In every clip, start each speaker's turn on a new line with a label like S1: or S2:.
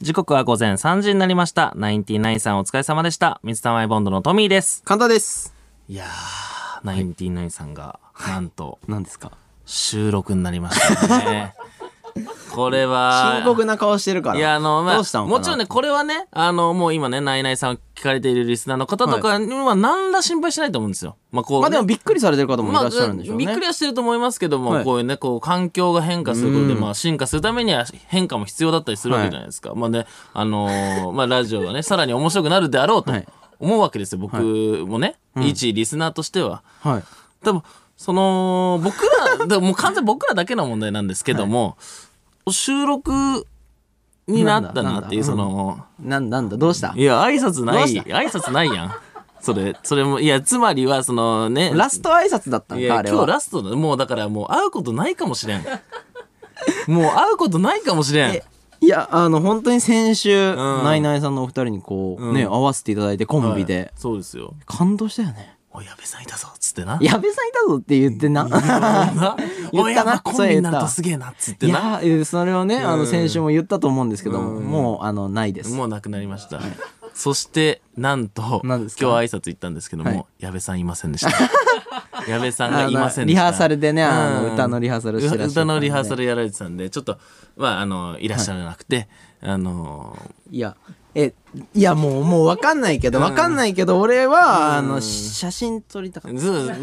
S1: 時刻は午前3時になりました。ナインティナインさんお疲れ様でした。水溜りボンドのトミーです。
S2: 神田です。
S1: いやー、ナインティナインさんが、なんと、
S2: 何ですか
S1: 収録になりました ね。これは、
S2: 深刻な顔してるから。
S1: いや、あの、まあ、
S2: どうしたのかな
S1: もちろんね、これはね、あの、もう今ね、ナイナイさんを聞かれているリスナーの方とかには、何ら心配しないと思うんですよ。まあ、こう、
S2: まあでもびっくりされてる方もい
S1: ま
S2: ら
S1: あ、
S2: っしゃるんでしょうね。
S1: びっくりはしてると思いますけども、
S2: はい
S1: こういうね、こう、環境が変化することで、
S2: うん
S1: まあ、進化するためには変化も必要だったりするわけじゃないですか。まあね、あのーまあ、ラジオがね、さ らに面白くなるであろうと
S2: はい
S1: 思うわけですよ。僕もね、一リスナーとしては。
S2: はい。
S1: 多分、その、僕ら、 でももう完全に僕らだけの問題なんですけども、収録になったなっていう、
S2: な
S1: そ
S2: んだなんだ
S1: の、
S2: なんなんだ、どうした
S1: いや、挨拶な
S2: どう
S1: い、
S2: し
S1: 挨拶ないやん。それ、それも、いや、つまりは、そのね、
S2: ラスト挨拶だった
S1: い
S2: のか、
S1: や
S2: あれ
S1: 今日
S2: は。
S1: ラストだもうだからもう会うことないかもしれん もう会うことないかもしれん
S2: いや、あの、本当に先週、
S1: ん
S2: ナイナイさんのお二人にこう、ね、
S1: う
S2: 会わせていただいてコンビで。
S1: そうですよ
S2: 感動したよね。
S1: 「おい矢部さんいたぞ」っつってな
S2: 矢部さんいたぞって言って な。
S1: な「おい
S2: 言ったな
S1: 矢部コンビになるとすげえな」っつっ
S2: い
S1: てな
S2: や、えそれをね、あ
S1: う
S2: の、
S1: ん
S2: 先週も言ったと思うんですけども、
S1: うん
S2: もう、あの、ないです。
S1: もうなくなりましたそしてなんと今
S2: 何
S1: 日
S2: ですか
S1: 挨拶行ったんですけど
S2: はい
S1: も矢部さんいませんで した矢部さんがいませんで
S2: リ
S1: した
S2: ハーサルでね、あ
S1: う
S2: の、
S1: ん
S2: 歌のリハーサルしてらっしゃ
S1: 歌
S2: ったんで
S1: のリハーサルやられてたんでちょっとまああのいらっしゃらなくてあの
S2: いや、え、いや、もう、もう分かんないけど、分かんないけど、俺は、あの、写真撮りたかっ
S1: ずね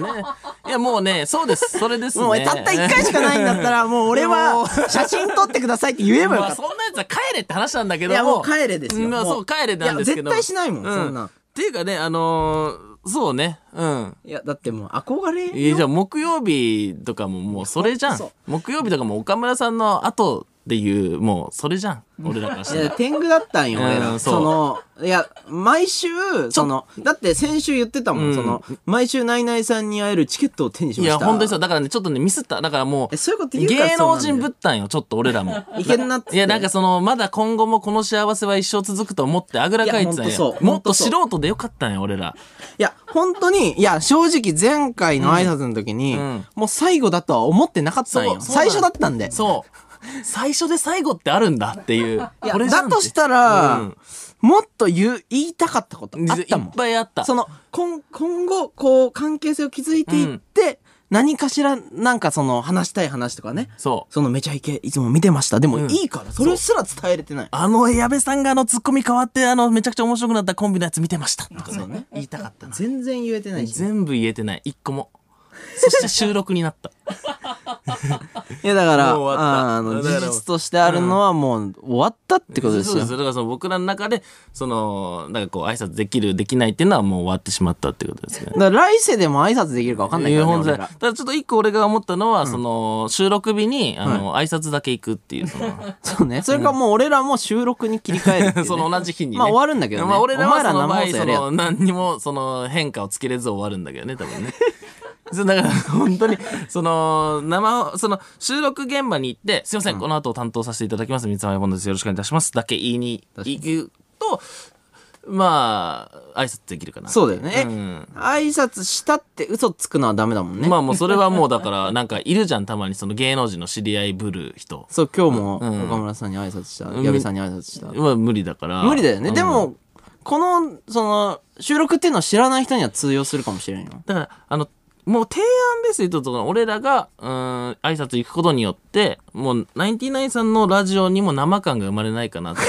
S1: いやもうねそうですそれです
S2: た。
S1: ね
S2: もう、たった一回しかないんだった ら、もう俺
S1: も
S2: は
S1: う、
S2: 写真撮ってくださいって言えばよ
S1: まあ、
S2: かった
S1: そ。んなやつは帰れって話なんだけ
S2: い
S1: ども。
S2: や、もう帰れですよ。
S1: まあ、
S2: も
S1: そう、帰れなんですけど。
S2: いや、絶対しないもん、
S1: う
S2: そんな。
S1: っていうかね、あのーそうね、うん。
S2: いや、だってもう、憧れよ。
S1: いやじゃあ木曜日とかももうそれじゃん
S2: そう。
S1: 木曜日とかも岡村さんの後でいう、もうそれじゃん。俺らからし
S2: い
S1: た
S2: や
S1: ら。
S2: 天狗だったんよ、
S1: うん
S2: 俺ら。
S1: そう
S2: その、いや、毎週、その、だって先週言ってたもん、
S1: うん
S2: その、毎週ナイナイさんに会えるチケットを手にし
S1: い
S2: ました。
S1: や、本当にそう。だからね、ちょっとね、ミスった。だからもう
S2: え、、そういうこと言うから
S1: 芸
S2: そう
S1: 能
S2: なんだよ
S1: 人ぶったんよ、ちょっと俺らも。
S2: いけんなっつって
S1: いや、なんかその、まだ今後もこの幸せは一生続くと思ってあぐらかいてたん
S2: いやほんとそ
S1: よ。
S2: う
S1: もっと
S2: ほんとそ
S1: 素
S2: う
S1: 人でよかったんよ、俺ら。
S2: いや、本当に、いや、正直前回の挨拶の時に、
S1: うんうん
S2: もう最後だとは思ってなかったん
S1: そう
S2: よ。
S1: そうな
S2: 最
S1: の
S2: 初だったんで。
S1: そう。最初で最後ってあるんだっていう。
S2: いや
S1: これじゃん
S2: だ
S1: って
S2: としたら、
S1: うん
S2: もっと言う、言いたかったことあったも
S1: い
S2: ん
S1: っ。ぱいあった。
S2: その、今、今後、こう、関係性を築いていって、何かしら、なんかその、話したい話とかね。
S1: そう。
S2: その、めちゃイケ、いつも見てました。でも、
S1: うん
S2: いいから、それすら伝えれてない。
S1: あの、矢部さんがあの、ツッコミ変わって、あの、めちゃくちゃ面白くなったコンビのやつ見てました。とか
S2: そうね
S1: 言いたかったな。
S2: 全然言えてないし。
S1: 全部言えてない。一個も。そして収録になった。
S2: いや、だから、あ
S1: もう終わった
S2: ーあの、
S1: だから
S2: 事実としてあるのはもう、終わったってことです
S1: そう
S2: よ
S1: です。。だからその僕らの中で、その、なんかこう、挨拶できる、できないっていうのはもう終わってしまったってことですね。
S2: だから来世でも挨拶できるか分かんないから、ね、
S1: 本当
S2: 俺
S1: だ
S2: ら
S1: ただちょっと一個俺が思ったのは、その、収録日に、あの、挨拶だけ行くっていう、そ の、
S2: そうね。それかもう俺らも収録に切り替える っていうね、
S1: その同じ日に、ね。
S2: まあ終わるんだけどね
S1: まあ俺らはその
S2: お前ら
S1: 場合、
S2: 生放送
S1: そ
S2: やれよ
S1: の何にもその変化をつけれず終わるんだけどね、多 分ね。そうだから本当に、その、生、その収録現場に行って、すいません、この後担当させていただきます、三つ山ボンドです。よろしくお願いいたします。だけ言いに行くと、まあ、挨拶できるかな。
S2: そうだよね。え
S1: うん
S2: 挨拶したって嘘つくのはダメだもんね。
S1: まあもうそれはもうだから、なんかいるじゃん、たまにその芸能人の知り合いぶる人。
S2: そう、今日も
S1: ん
S2: 岡村さんに挨拶した。
S1: ん
S2: 矢部さんに挨拶した。
S1: まあ無理だから。
S2: 無理だよね。
S1: うん
S2: でも、この、その、収録っていうのを知らない人には通用するかもしれんよ。
S1: だから、あの、もう提案ベースで言うと、俺らが、うーん、挨拶行くことによって、もう、ナインティナインさんのラジオにも生感が生まれないかなって。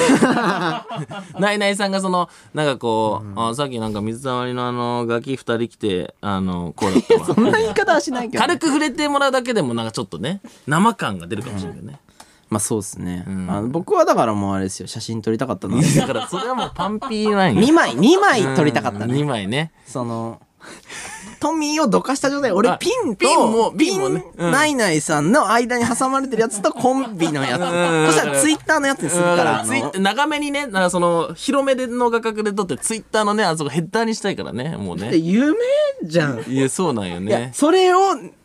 S1: ナイナイさんがその、なんかこう、あさっきなんか水溜りのあの、ガキ二人来て、あの、こうだったわ。
S2: そんな言い方はしないけど、ね。
S1: 軽く触れてもらうだけでも、なんかちょっとね、生感が出るかもしれないけどね。
S2: まあそうですね、
S1: ん
S2: あの僕はだからもうあれですよ。写真撮りたかったの。
S1: だから、それはもうパンピーライン。
S2: 2枚、2枚撮りたかったね。
S1: 2枚ね。
S2: その、トミーをどかした状態。俺
S1: あ
S2: ピンと、
S1: ピンもピ
S2: ピ
S1: ンもね
S2: ン、ナイナイさんの間に挟まれてるやつとコンビのやつ。
S1: ん
S2: そしたらツイッターのやつにする
S1: だ
S2: か。
S1: からら
S2: あ
S1: ツイッ
S2: の
S1: ター長めにねなんかその広めでの画角で撮ってツイッターのねあそこヘッダーにしたいからねもうね
S2: 夢じゃん。
S1: いやそうなんよ
S2: いや、
S1: ね
S2: それを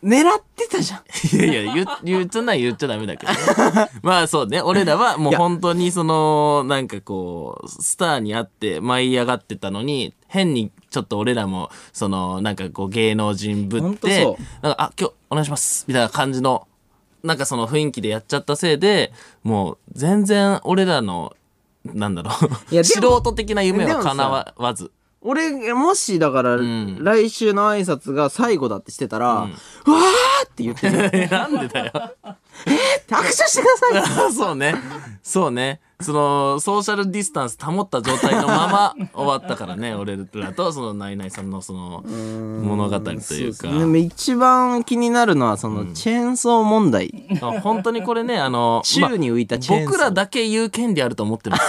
S2: 狙ってたじゃん。
S1: いやいや言言っちゃない言っちゃダメだけど、ね、 まあそうね俺らはもう本当にそのなんかこうスターに会って舞い上がってたのに変にちょっと俺らもそのなんかこう芸能人ぶ
S2: ほ
S1: っ
S2: んと
S1: て
S2: そう
S1: なんかあ今日お願いしますみたいな感じのなんかその雰囲気でやっちゃったせいでもう全然俺らのなんだろ
S2: いや
S1: う。
S2: で
S1: 素
S2: も
S1: 人的な夢は叶わず。
S2: 俺、もしだから、
S1: ん
S2: 来週の挨拶が最後だってしてたら、
S1: うん
S2: わーって言って
S1: なんでだよ。
S2: 握手してください
S1: そうね。そうね。その、ソーシャルディスタンス保った状態のまま終わったからね、俺らと、その、ナイナイさんの、その、物語という
S2: そ
S1: か
S2: う。でも一番気になるのはそのチェーンソー問題、
S1: あ本当にこれね、あの、ま
S2: 宙に浮いたチェーンソー、
S1: 僕らだけ言う権利あると思 ってます。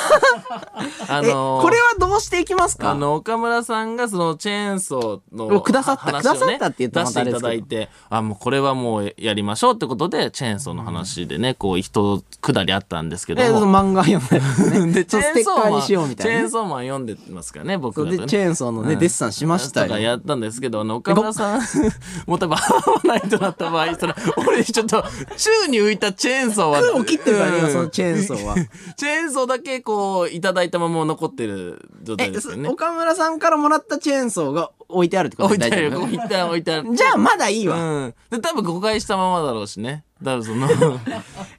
S1: あ
S2: え
S1: の、
S2: これはどうしていきますか
S1: あの、岡村さんがそのチェーンソーの
S2: をくださった
S1: 話をね
S2: くださったって言ったら
S1: 出
S2: ま
S1: して
S2: たあ
S1: い
S2: れで
S1: た
S2: すけ
S1: だ
S2: ど
S1: いて、あ、もうこれはもうやりましょうってことで、チェーンソーの話でね、こう、一くだりあったんですけど
S2: え
S1: も。
S2: その漫画読んだりで
S1: チ
S2: ちょ
S1: ェーン
S2: っとステッ
S1: ソ
S2: カ
S1: ー
S2: ー
S1: マン
S2: にしようみた
S1: チェ
S2: い
S1: ー
S2: な
S1: ンソーマン読んでますからね、僕
S2: そ
S1: ら
S2: れ
S1: と
S2: で
S1: ね。
S2: チェーンソーのね、
S1: うん
S2: デッサンしました
S1: とか
S2: よ
S1: やったんですけど、あの、岡村さん、もう多分合わないとなった場合、それ、俺ちょっと、宙に浮いたチェーンソーは。
S2: を切ってるからね、
S1: うん
S2: そのチェーンソーは
S1: チェーンソーだけこう、いただいたまま残ってる状態
S2: え
S1: です
S2: そ
S1: よね。
S2: 岡村さんからもらったチェーンソーが置いてあるってこと
S1: 置
S2: で
S1: いて
S2: 大
S1: ある
S2: 丈
S1: よ、
S2: 夫
S1: 置いてある、置いてある。
S2: じゃあまだいいわ、
S1: うん。で、多分誤解したままだろうしね。多分その、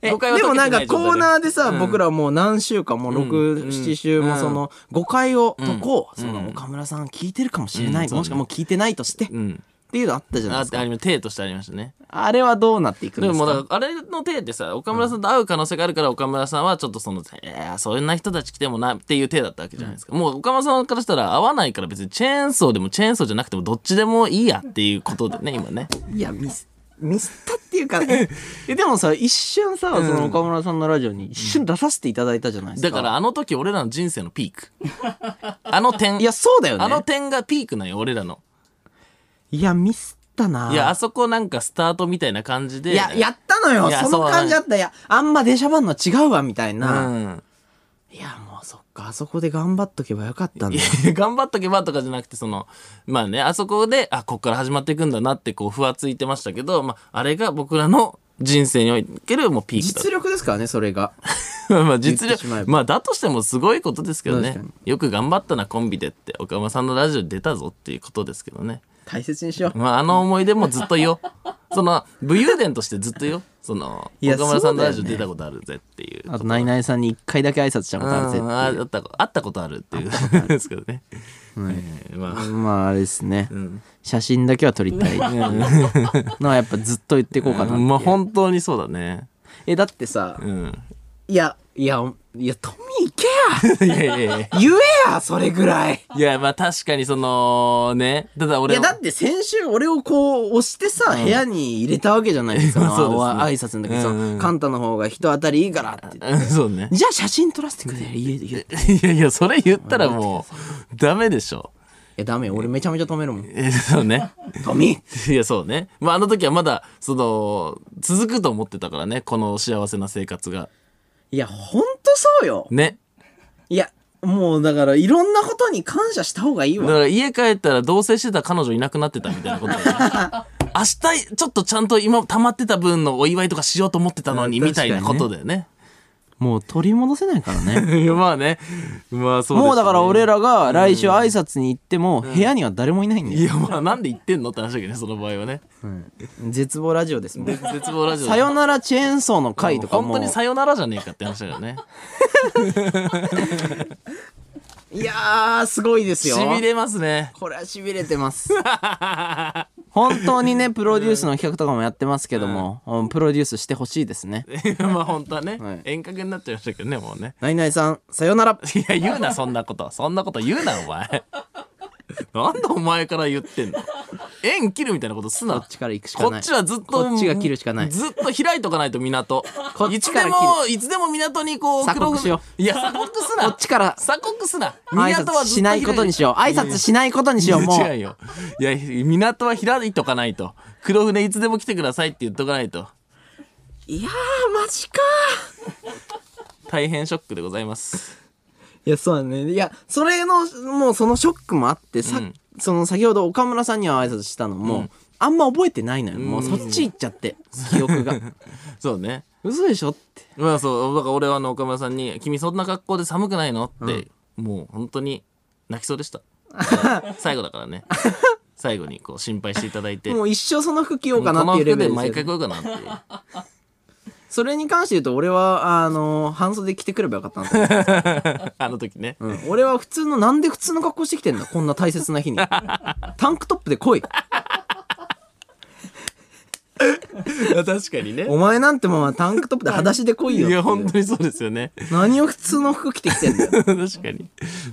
S2: え
S1: 誤解は
S2: でもな
S1: 解
S2: んか
S1: けてい状態
S2: コーナーでさ、
S1: うん
S2: 僕らもう何週間も
S1: うんうん
S2: 67、週もその誤解を解こう、
S1: うん
S2: そ
S1: うん
S2: の岡村さん聞いてるかもしれない、
S1: うんそうね
S2: もしくはもう聞いてないとして、っ
S1: うん。
S2: ていうのあったじゃな
S1: あ
S2: いです
S1: って、
S2: か
S1: あれも体としてありましたね。
S2: あれはどうなっていくん
S1: で
S2: で
S1: も
S2: す
S1: もう
S2: か
S1: だからあれの体ってさ岡村さんと会う可能性があるから岡村さんはちょっとその「いやーそんな人たち来てもな」っていう体だったわけじゃないですか、もう岡村さんからしたら会わないから別にチェーンソーでもチェーンソーじゃなくてもどっちでもいいやっていうこと でね今ね
S2: いやミスミスったっ ていうかえでもさ一瞬さ、その岡村さんのラジオに一瞬出させていただいたじゃないですか
S1: だからあの時俺らの人生のピー クあの点
S2: いやそうだよね
S1: あの点がピークなんよ俺らの
S2: いやミスったない
S1: やあそこなんかスタートみたいな感じで
S2: いややったのよ
S1: いや
S2: そ
S1: そう
S2: の
S1: だね
S2: 感じあったいやあんま出しゃばんの違うわみたいうな、
S1: ん
S2: いやもうそっかあそこで頑張っとけばよかったんだ
S1: いや 頑張っとけばとかじゃなくてそのまあねあそこであこっから始まっていくんだなってこうふわついてましたけど、まあ、あれが僕らの人生におけるもうピークだ
S2: 実力ですからねそれが
S1: まあまあ実
S2: 言ってしまえ
S1: 力
S2: ば
S1: まあだとしてもすごいことですけどね
S2: 確か
S1: よく頑張ったなコンビでって岡山さんのラジオに出たぞっていうことですけどね
S2: 大切にしよう
S1: まああの思い出もずっとよ その武勇伝としてずっとよその
S2: いや
S1: 岡村さんのラジオ
S2: そう
S1: 出
S2: だよね
S1: たことあるぜっていう
S2: あとナイナイさんに一回だけ挨拶したことあるぜ
S1: うんああったこあったことあるっていう ですけどね、えーまあ
S2: まああれですね、
S1: ん
S2: 写真だけは撮りたい のはやっぱずっと言っていこうかなっていう
S1: まあ本当にそうだね
S2: えだってさ
S1: うん。
S2: いやいやいやトミー行けや
S1: いやいやいや。
S2: 言えやそれぐらい
S1: いや、まあ確かにその、ね。ただ
S2: い
S1: 俺
S2: や
S1: は
S2: だって先週俺をこう押してさ、部屋に入れたわけじゃない ですか、
S1: まあそうですね
S2: わ挨拶の時さ、
S1: うんうん
S2: カンタの方が人当たりいいからって言っ
S1: うん そうね
S2: て。じゃあ写真撮らせてくれ言え言えい
S1: いやいや、それ言ったらもう、ダメでしょ。
S2: やダメよ俺めちゃめちゃ止めるもん
S1: え、そうね。
S2: トミー
S1: いや、そうね。まああの時はまだ、その、続くと思ってたからね。この幸せな生活が。
S2: いやほんとそうよ
S1: ね。
S2: いや、もうだからいろんなことに感謝した方がいい
S1: だ
S2: わ。
S1: から家帰ったら同棲してた彼女いなくなってたみたいなことだ よね明日、ちょっとちゃんと今溜まってた分のお祝いとかしようと思ってたのに、
S2: うん
S1: みたいなことだよね。
S2: もう取り戻せない からね。
S1: いやまあね。まあそうですね
S2: もうだから俺らが来週挨拶に行っても部屋には誰もいないんだ
S1: い
S2: よ。
S1: やまあなんで言ってんのって話だけどねその場合はね
S2: うん絶望ラジオですもん。
S1: 絶望ラジオ
S2: さよならチェーンソーの回とか
S1: 本
S2: も
S1: 当にさよならじゃねえかって話だよね
S2: いやーすごいです
S1: し
S2: よ
S1: びれますね
S2: これはしびれてます本当にねプロデュースの企画とかもやってますけども、うんプロデュースしてほしいですね
S1: まあ本当はね、
S2: はい
S1: 遠隔になっちゃいましたけどねもうね
S2: ナイナイさんさよなら
S1: いや言うなそんなことそんなこと言うなお前なんでお前から言ってんの縁切るみたいなことす
S2: こ
S1: な
S2: っちから行くしか
S1: こ
S2: ない
S1: っちはずっと
S2: こっちが切るしかない
S1: ずっと開いとかないと港
S2: こっ
S1: い
S2: ち
S1: つ
S2: か
S1: で
S2: ら切る
S1: もいつでも港にこう
S2: 鎖
S1: 黒
S2: 国
S1: 船
S2: しよ
S1: いや鎖国すな
S2: こっちから
S1: 鎖国すな
S2: 挨
S1: 港は
S2: 拶
S1: ずっと
S2: しないことにしよう挨拶しないことにしようもう
S1: 違うよ。いや、港は開いとかないと。黒船いつでも来てくださいって言っとかないと。
S2: いやー、マジか
S1: 大変ショックでございます。
S2: いや、そうだね。いや、それの、もうそのショックもあって、さ、
S1: うん
S2: その先ほど岡村さんには挨拶したのも、あんま覚えてないのよ。もうそっち行っちゃって、記憶 が。
S1: そうね。
S2: 嘘でしょって。
S1: まあそう、だから俺はあの岡村さんに、君そんな格好で寒くないのって、もう本当に泣きそうでした。最後だからね。最後にこう心配していただいて。
S2: もう一生その服着よう
S1: こ
S2: かなって
S1: の
S2: いうレ
S1: 服で
S2: ベルですよ
S1: 毎回来ようかなっていう。
S2: それに関して言うと俺はあの半袖着てくればよかったな と思う、
S1: あの時ね。
S2: うん、俺は普通のなんで普通の格好してきてんだこんな大切な日 にタンクトップで来い
S1: 確かにね。
S2: お前なんてもんはタンクトップで裸足で来い
S1: い
S2: よ
S1: や、本当にそうですよね。
S2: 何を普通の服着てきてんだよ
S1: 確かに。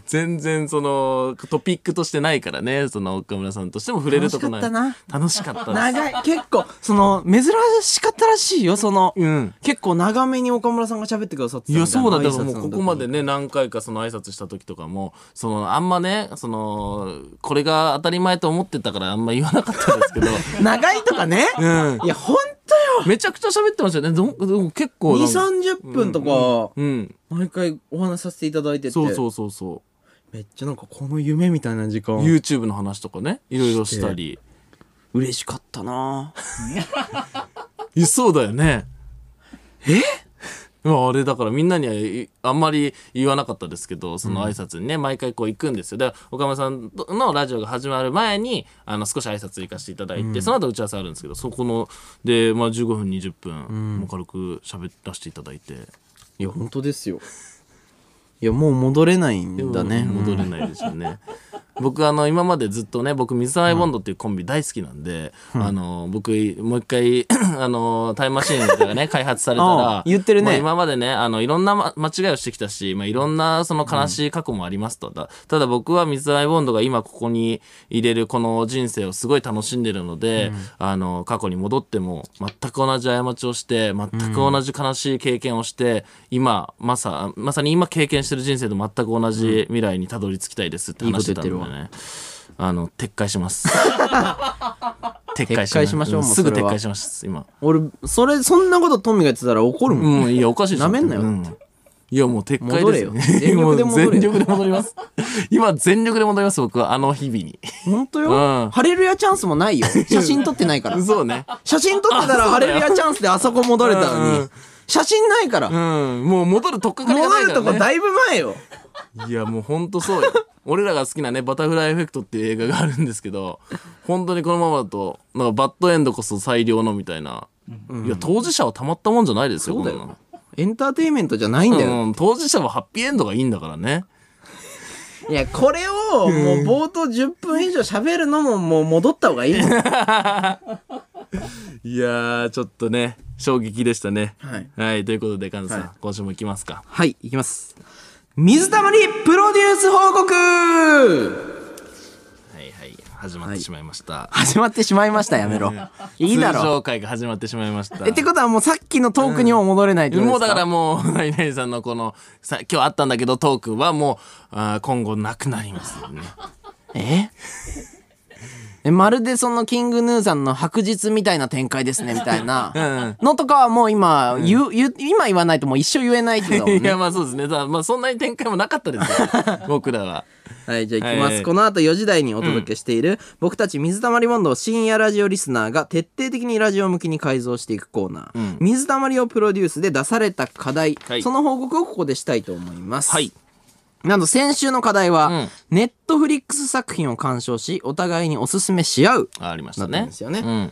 S1: 全然、その、トピックとしてないからね、その、岡村さんとしても触れるとこない。
S2: 楽しか
S1: たな。楽しかったです。
S2: 長い結構その珍しかったらしいよその、
S1: うん。
S2: 結構長めに岡村さんが喋ってくださってた
S1: いや、そうだ、
S2: で
S1: だからもうここまでね、何回かその挨拶した時とかも、その、あんまね、その、これが当たり前と思ってたからあんま言わなかったですけ ど、
S2: 長いとかね、
S1: うん。
S2: いやほんとよ
S1: めちゃくちゃ喋ってましたよね。どんどん結構なんか。
S2: 2 3 0分とか、
S1: うん。
S2: 毎回お話しさせていただいてて
S1: そうそうそうそう。
S2: めっちゃなんかこの夢みたいな時間
S1: YouTube の話とかね、いろいろしたり。
S2: 嬉しかったない
S1: やそうだよね。え まあ、あれだからみんなにはいあんまり言わなかったですけどその挨拶にね、毎回こう行くんですよで岡村さんとのラジオが始まる前にあの少し挨拶行かせていただいて、その後打ち合わせあるんですけどそこので、まあ、15分20分、もう軽く喋らせていただいて
S2: いや本当ですよいやもう戻れないんだね、
S1: うん戻れないですよね。僕あの今までずっとね僕水溜りボンドっていうコンビ大好きなんで、あの僕もう一回 あのタイムマシーンがね開発された
S2: ああ
S1: ら
S2: 言ってるね
S1: まあ今までねあのいろんな、ま、間違いをしてきたし、まあ、いろんなその悲しい過去もありますと、だただ僕は水溜りボンドが今ここに入れるこの人生をすごい楽しんでるので、あの過去に戻っても全く同じ過ちをして全く同じ悲しい経験をして、今まさまさに今経験してる人生と全く同じ未来にたどり着きたいですって話してたんでね。
S2: いいこと言
S1: あの撤回し ます。撤
S2: 撤回しましょう
S1: す
S2: もう
S1: すぐ
S2: それ
S1: 撤
S2: は
S1: 回します。今。
S2: 俺それそんなことトミが言ってたら怒るもん、
S1: うん、いや、おかしいでしょ
S2: 舐めんなよ
S1: うんいや、もう撤回です
S2: 戻れよ
S1: もう全
S2: 全
S1: 力
S2: 力
S1: で戻ります。 今、全力で戻ります、僕は、あの日々に。
S2: 本当
S1: うん
S2: よハレルヤチャンスも ないよ写真撮ってないから
S1: そうね。
S2: 写真撮ってたらハレルヤチャンスであそこ戻れたの
S1: う
S2: に写真ないから
S1: うん、もう戻るとっかかりがな
S2: 戻
S1: い
S2: る
S1: から、ね。
S2: とこだいぶ前よ
S1: いやもうほんとそうよ俺らが好きなね「バタフライエフェクト」っていう映画があるんですけど本当にこのままだとなんかバッドエンドこそ最良のみたいな、いや当事者はたまったもんじゃないですよ
S2: そうだ
S1: こんな
S2: よエンターテインメントじゃないんだよ
S1: のうん、当事者はハッピーエンドがいいんだからね
S2: いやこれをもう冒頭10分以上喋るのももう戻った方がいいもん
S1: いやーちょっとね衝撃でしたね
S2: はい、
S1: はい、ということで菅野さん、
S2: はい
S1: 今週も行きますか
S2: はいいきます水たまりプロデュース報告
S1: はいはい始まってしまいました、
S2: 始まってしまいましたやめろいいだ
S1: 通
S2: ろ
S1: 常会が始まってしまいました
S2: えってことはもうさっきのトークにも戻れないってこと
S1: もう
S2: です
S1: だ
S2: か
S1: からもう、ナイナイさんのこの、さ今日あったんだけどトークはもう、あー今後なくなりますね。
S2: ええまるでそのキングヌーさんの白日みたいな展開ですねみたいなのとかはもう今、言う言う今言わないともう一生言えないってことだもん
S1: い
S2: ね
S1: や、まあそうですね。だまあそんなに展開もなかったです よ。僕らは。
S2: はいじゃあ行き
S1: はい
S2: ます、
S1: はい
S2: この後4時台にお届けしている、僕たち水溜りボンドを深夜ラジオリスナーが徹底的にラジオ向きに改造していくコーナー、
S1: ん
S2: 水溜りをプロデュースで出された課題、
S1: はい
S2: その報告をここでしたいと思います
S1: はい
S2: なんと先週の課題
S1: うん
S2: は、ネットフリックス作品を鑑賞しお互いにおすすめし合う
S1: あありました
S2: なった
S1: ね。
S2: んですよね
S1: うん。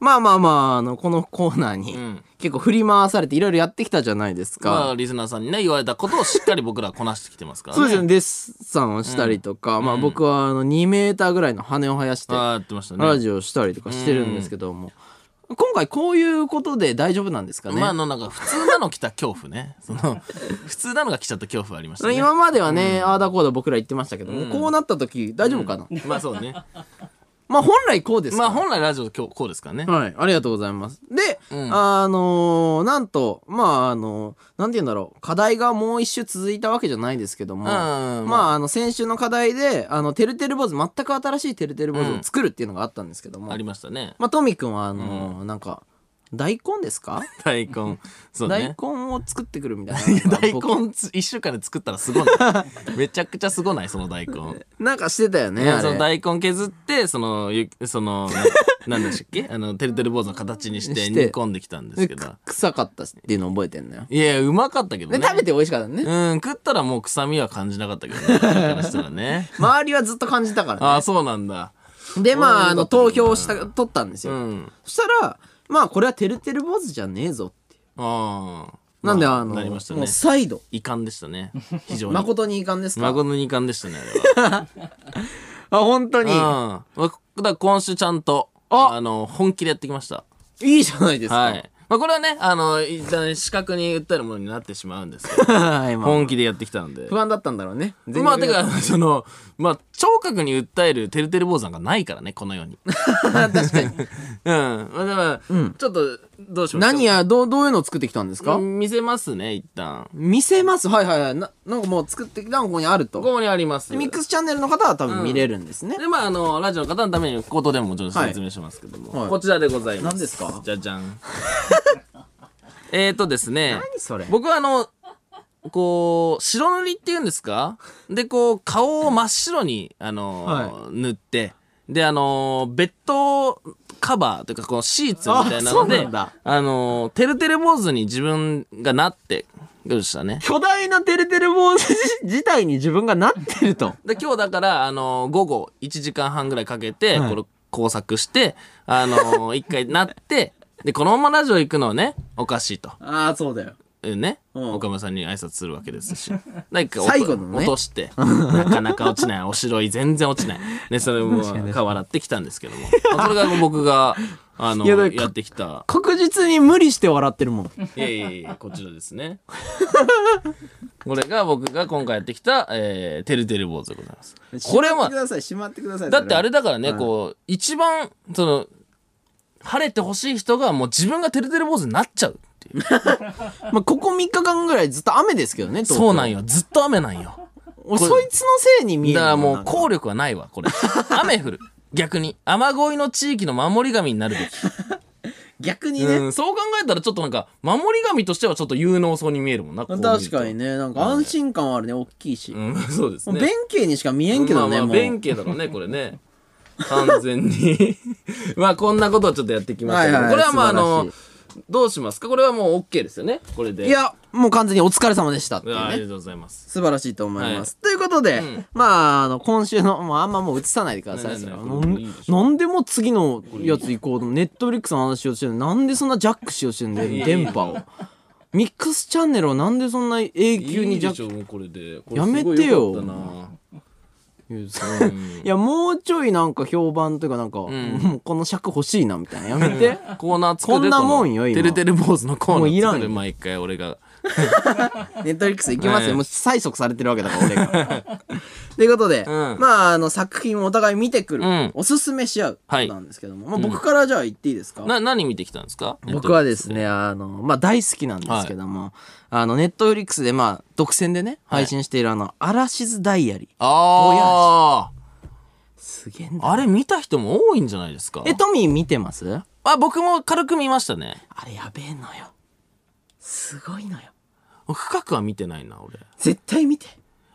S2: まあまあまあ、あの、このコーナーに
S1: ん
S2: 結構振り回されていろいろやってきたじゃないです
S1: ま
S2: か。
S1: あリスナーさんにね、言われたことをしっかり僕らはこなしてきてますからね。
S2: そうですよね。デッサンをしたりとか、まあ僕はあの2メーターぐらいの羽を生やして
S1: ああ、やってましたね。
S2: ラジオしたりとかしてるんですけども、今回こういうことで大丈夫なんですかね、
S1: まああの、なんか普通なの来た恐怖ね。その、普通なのが来ちゃった恐怖ありましたね。
S2: 今まではね、ああだこうだ僕ら言ってましたけども、こうなった時大丈夫かな、
S1: まあそうね。
S2: まあ本来こうです
S1: ま
S2: から
S1: あ本来ラジオ今日こうですからね。
S2: はい、ありがとうございます。で、
S1: うん
S2: あのーなんと、まあ、あのーなんて言うんだろう、課題がもう一周続いたわけじゃないですけど
S1: う
S2: も、
S1: んうんうん
S2: まあ、あの、先週の課題で、あの、てるてる坊主、全く新しいてるてる坊主を作るっていうのがあったんですけども、
S1: ありました ね。
S2: まあ、トミ君は、あのーなんか、大根ですか、
S1: 大根。そう
S2: 大
S1: ね
S2: 根。を作ってくるみたい
S1: いや
S2: な。
S1: 大
S2: 僕
S1: 根つ一週間で作ったらすごい ねめちゃくちゃすごないその大根
S2: なんかしてたよね、あ
S1: その
S2: れ。
S1: 大根削ってそのゆそのななんでしたっけあのてるてる坊主の形にして
S2: して
S1: 煮込んできたんです
S2: で
S1: けど
S2: く臭かったっていうの覚えてんのよ。
S1: いやうまかったけど
S2: で、
S1: ね
S2: 食べて美味しかったね。
S1: うん食ったらもう臭みは感じなかったけどねからしたら ね
S2: 周りはずっと感じたからね。
S1: ああそうなんだ
S2: で、まあ、あの、
S1: これ
S2: 投
S1: 良か
S2: 票
S1: った
S2: した、取ったんです
S1: う
S2: よ。
S1: ん
S2: そしたら、まあこれはてるてる坊主じゃねえぞって。
S1: ああ。
S2: なんで、
S1: ま
S2: あの、
S1: なりました
S2: もう
S1: ね。
S2: 再度、
S1: 遺憾でした ね。非常に。
S2: 誠に遺憾ですか
S1: 孫の二冠でしたね、あれは。
S2: あ、本当に。
S1: うん。わだから今週ちゃんと、
S2: あ
S1: あの、本気でやってきました。
S2: いいじゃないですか。
S1: は
S2: はい
S1: い。まあ、これはね、あの、一旦視覚に訴えるものになってしまうんですけど、
S2: まあ
S1: 本気でやってきたんで。
S2: 不安だったんだろうね。全力
S1: まあ、てか、その、まあ、聴覚に訴えるてるてる坊さんがないからね、この世 に。
S2: 確か に。
S1: うん。まあ、だから、ちょっと、どうします
S2: 何や、どう、どういうのを作ってきたんですか、
S1: 見せますね、一旦。
S2: 見せます。はいはいはい。な、なんかもう作ってきたのここにあると。
S1: ここにあります。
S2: ミックスチャンネルの方は多分見れるんですね。
S1: で、まあ、あの、ラジオの方のために、ことでももちろん説明しますけども、
S2: はい
S1: こちらでございます。
S2: 何ですか
S1: じゃじゃん。 えーとですね、
S2: 何それ
S1: 僕はあの、こう、白塗りっていうんですかで、こう、顔を真っ白に、あの
S2: は
S1: 塗って、で、あのベッドカバーというか、このシーツみたいなの
S2: あそう
S1: で、
S2: なんだ
S1: あのてるてる坊主に自分がなって、どうでしたね。
S2: 巨大なてるてる坊主自体に自分がなってると。
S1: で今日だから、あの午後1時間半ぐらいかけて、これ工作して、あの一回なってでこのままラジオ行くのはねおかしいと、
S2: ああ、そうだよ。
S1: いうね、
S2: うん
S1: 岡村さんに挨拶するわけです し何かお
S2: 最後のね
S1: 落としてなかなか落ちないおしろい全然 落ちないねそれも顔笑ってきたんですけどもまあそれが僕 があの
S2: いやだから
S1: やってきた
S2: 確実に無理して笑ってるもん。
S1: いやいやいやこちらですねこれが僕が今回やってきた、えー、てるてる坊主でございますこれはまあ
S2: しまってください、しまってください。
S1: だってあれ
S2: そ
S1: だからね、
S2: ん
S1: こう、一番、その、晴れてほしい人がもう自分がてるてる坊主になっちゃうっていう。
S2: れは。まあ、ここ3日間ぐらいずっと雨ですけどね、東京
S1: そうなん。よ。ずっと雨なんよ。こ
S2: お
S1: れ
S2: そいつのせいに見え
S1: だ
S2: る
S1: からもう
S2: なん
S1: 効力はないわ、これ。 雨降る。逆に。雨乞いの地域の守り神になるべき。
S2: 逆にね、
S1: うん、そう考えたらちょっとなんか、守り神としてはちょっと有能そうに見えるもんな。こう見ると
S2: 確かに。ね、なんか安心感はあるね、大きいし。
S1: うん、 そうです
S2: もう
S1: ね。
S2: 弁慶にしか見えんけど
S1: まあ
S2: ね、
S1: まあ
S2: もう。
S1: 弁慶だろうね、これね。完全に。 まあ、こんなことをちょっとやってきましたけど、
S2: はいはい
S1: これはまあ、あ
S2: 素晴
S1: の
S2: らし、
S1: どうしますかこれはもう OK ですよねこれで。
S2: いや、もう完全にお疲れ様でしたって
S1: う
S2: いう
S1: わ、あり
S2: ね。
S1: がとうございます。
S2: 素晴らしいと思います。ということで、
S1: ん
S2: まあ、あの、今週の、もうあんまもう映さないでください。
S1: ねえねえねえ
S2: それは
S1: これ
S2: なん
S1: いいでしょ
S2: なんでもう次のやつ行こうと、ネットフリックスの話しようとしてるのになんでそんなジャックしようとしてるんだ
S1: い
S2: よ、
S1: や
S2: 電波を。ミックスチャンネルをなんでそんな永久に
S1: いい
S2: ジャ
S1: で
S2: ッ
S1: し
S2: ク
S1: ょもうこれで。これ
S2: やめ
S1: すご
S2: て
S1: い良
S2: よ
S1: かったな。
S2: いやいや、もうちょいなんか評判というかなんか、もうこの尺欲しいな、みたいな。やめて。
S1: コーナー作る
S2: こんなもんよ
S1: この
S2: 今
S1: てるてる坊主のコーナー作る。
S2: もういらんよ
S1: 毎回俺が。
S2: ネットフリックス行きます
S1: は
S2: よ。
S1: い
S2: もう催促されてるわけだから、俺が。 ということで、
S1: ん
S2: まあ、あの、作品をお互い見てくる、
S1: うん
S2: おすすめし合う、
S1: はい
S2: なんですけども、まあ、僕からじゃあ言っていいですか、
S1: な、何見てきたんですか。
S2: 僕はですすね、あの、まあ、大好きなんですけども、あの、ネットフリックスで、まあ、独占でね、配信しているあの、アラシズダイアリー。
S1: あ
S2: すげえな。
S1: あ。あれ見た人も多いんじゃないですか
S2: え、トミー見てますあ
S1: あ、僕も軽く見ましたね。
S2: れやべえのよ。すごいのよ。
S1: 深くは見てないな、俺。
S2: 絶対見て。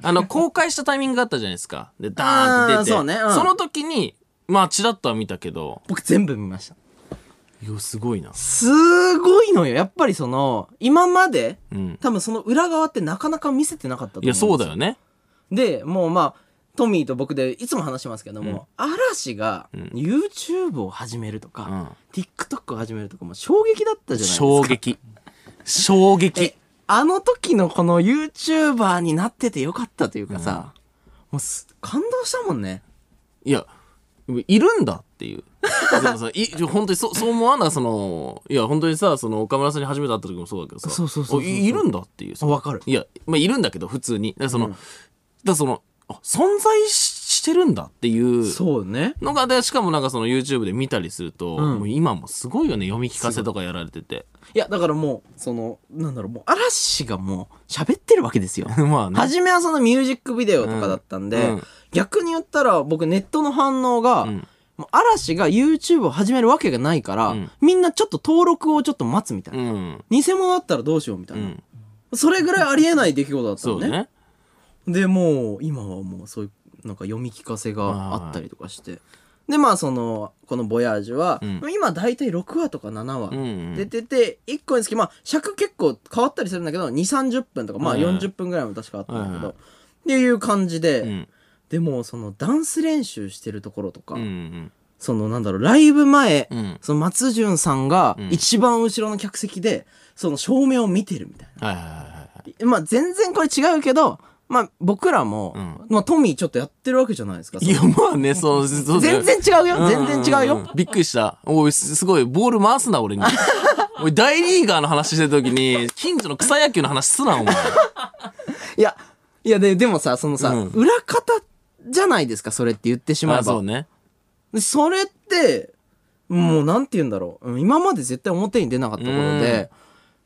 S1: あ の、公開したタイミングがあったじゃないですか。で、ダーンって出て。
S2: あーそうねうん
S1: その時に、まあ、チラッとは見たけど、
S2: 僕全部見ました。
S1: いや、すごいな。
S2: すごいのよ。やっぱりその、今まで、
S1: うん。
S2: 多分その裏側ってなかなか見せてなかったと
S1: い
S2: 思うんで
S1: や、
S2: すよ。
S1: そうだよね。
S2: で、もうまあ、トミーと僕でいつも話しますけども、嵐が YouTube を始めるとか、TikTok を始めるとかも衝撃だったじゃないですか。
S1: 衝撃。衝撃。
S2: えあの時のこの YouTuber になっててよかったというかさ、もうす感動したもんね。
S1: いや、いるんだっていう。で もさい本当にそそう思わないそのいや本当にさその岡村さんに初めて会った時もそうだけどさ
S2: そうそうそうそう
S1: あいいるんだっていう
S2: わかる。
S1: いや、まあ、いるんだけど普通にだからその、だからそのあ存在ししてるんだっていう
S2: そうね。
S1: のがでしかもなんかその YouTube で見たりすると、
S2: うん
S1: もう今もすごいよね読み聞かせとかやられてて
S2: いや、だからもう、その、なんだろう、もう嵐がもう喋ってるわけですよ。
S1: まあね
S2: 初めはそのミュージックビデオとかだったんで、
S1: うんうん
S2: 逆に言ったら僕ネットの反応が、
S1: ん
S2: もう嵐が YouTube を始めるわけがないから、
S1: ん
S2: みんなちょっと登録をちょっと待つみたいな、
S1: うん
S2: 偽物だったらどうしようみたいうな、
S1: ん
S2: それぐらいありえない出来事だった
S1: そ
S2: の
S1: う
S2: ね
S1: ねね
S2: でもう今はもうそういうなんか読み聞かせがあったりとかしてでまあそのこの「ボヤージュは」
S1: うん
S2: 今大体6話とか7話、
S1: うんうん
S2: 出てて1個につきまあ尺結構変わったりするんだけど2 3 0分とかまあ
S1: うんうん
S2: 40分ぐらいも確かあったんだけ
S1: うんう
S2: ど
S1: ん
S2: っていう感じで、
S1: うん
S2: でもそのダンス練習してるところとか、
S1: うんうん
S2: そのなんだろう、ライブ前、
S1: うん
S2: その松潤さんが
S1: ん
S2: 一番後ろの客席で、その照明を見てるみたい
S1: はいはいはいはい。
S2: な。まあ全然これ違うけど、まあ僕らも、
S1: ん
S2: まあトミーちょっとやってるわけじゃないですか。
S1: いや、まあね、そう、そうだよ
S2: 全然違うよ全然違うよ、
S1: んんんびっくりした。おい、すすごい、ボール回すな、 俺に。おい、大リーガーの話してる時に、近所の草野球の話すな、お前。
S2: いや、いやで、でもさ、そのさ、
S1: うん
S2: 裏方じゃないですか、それって言ってしまえ
S1: あ、
S2: ば。
S1: そうね。
S2: でそれって、もうなんて言うんだろう。うん今まで絶対表に出なかったことで、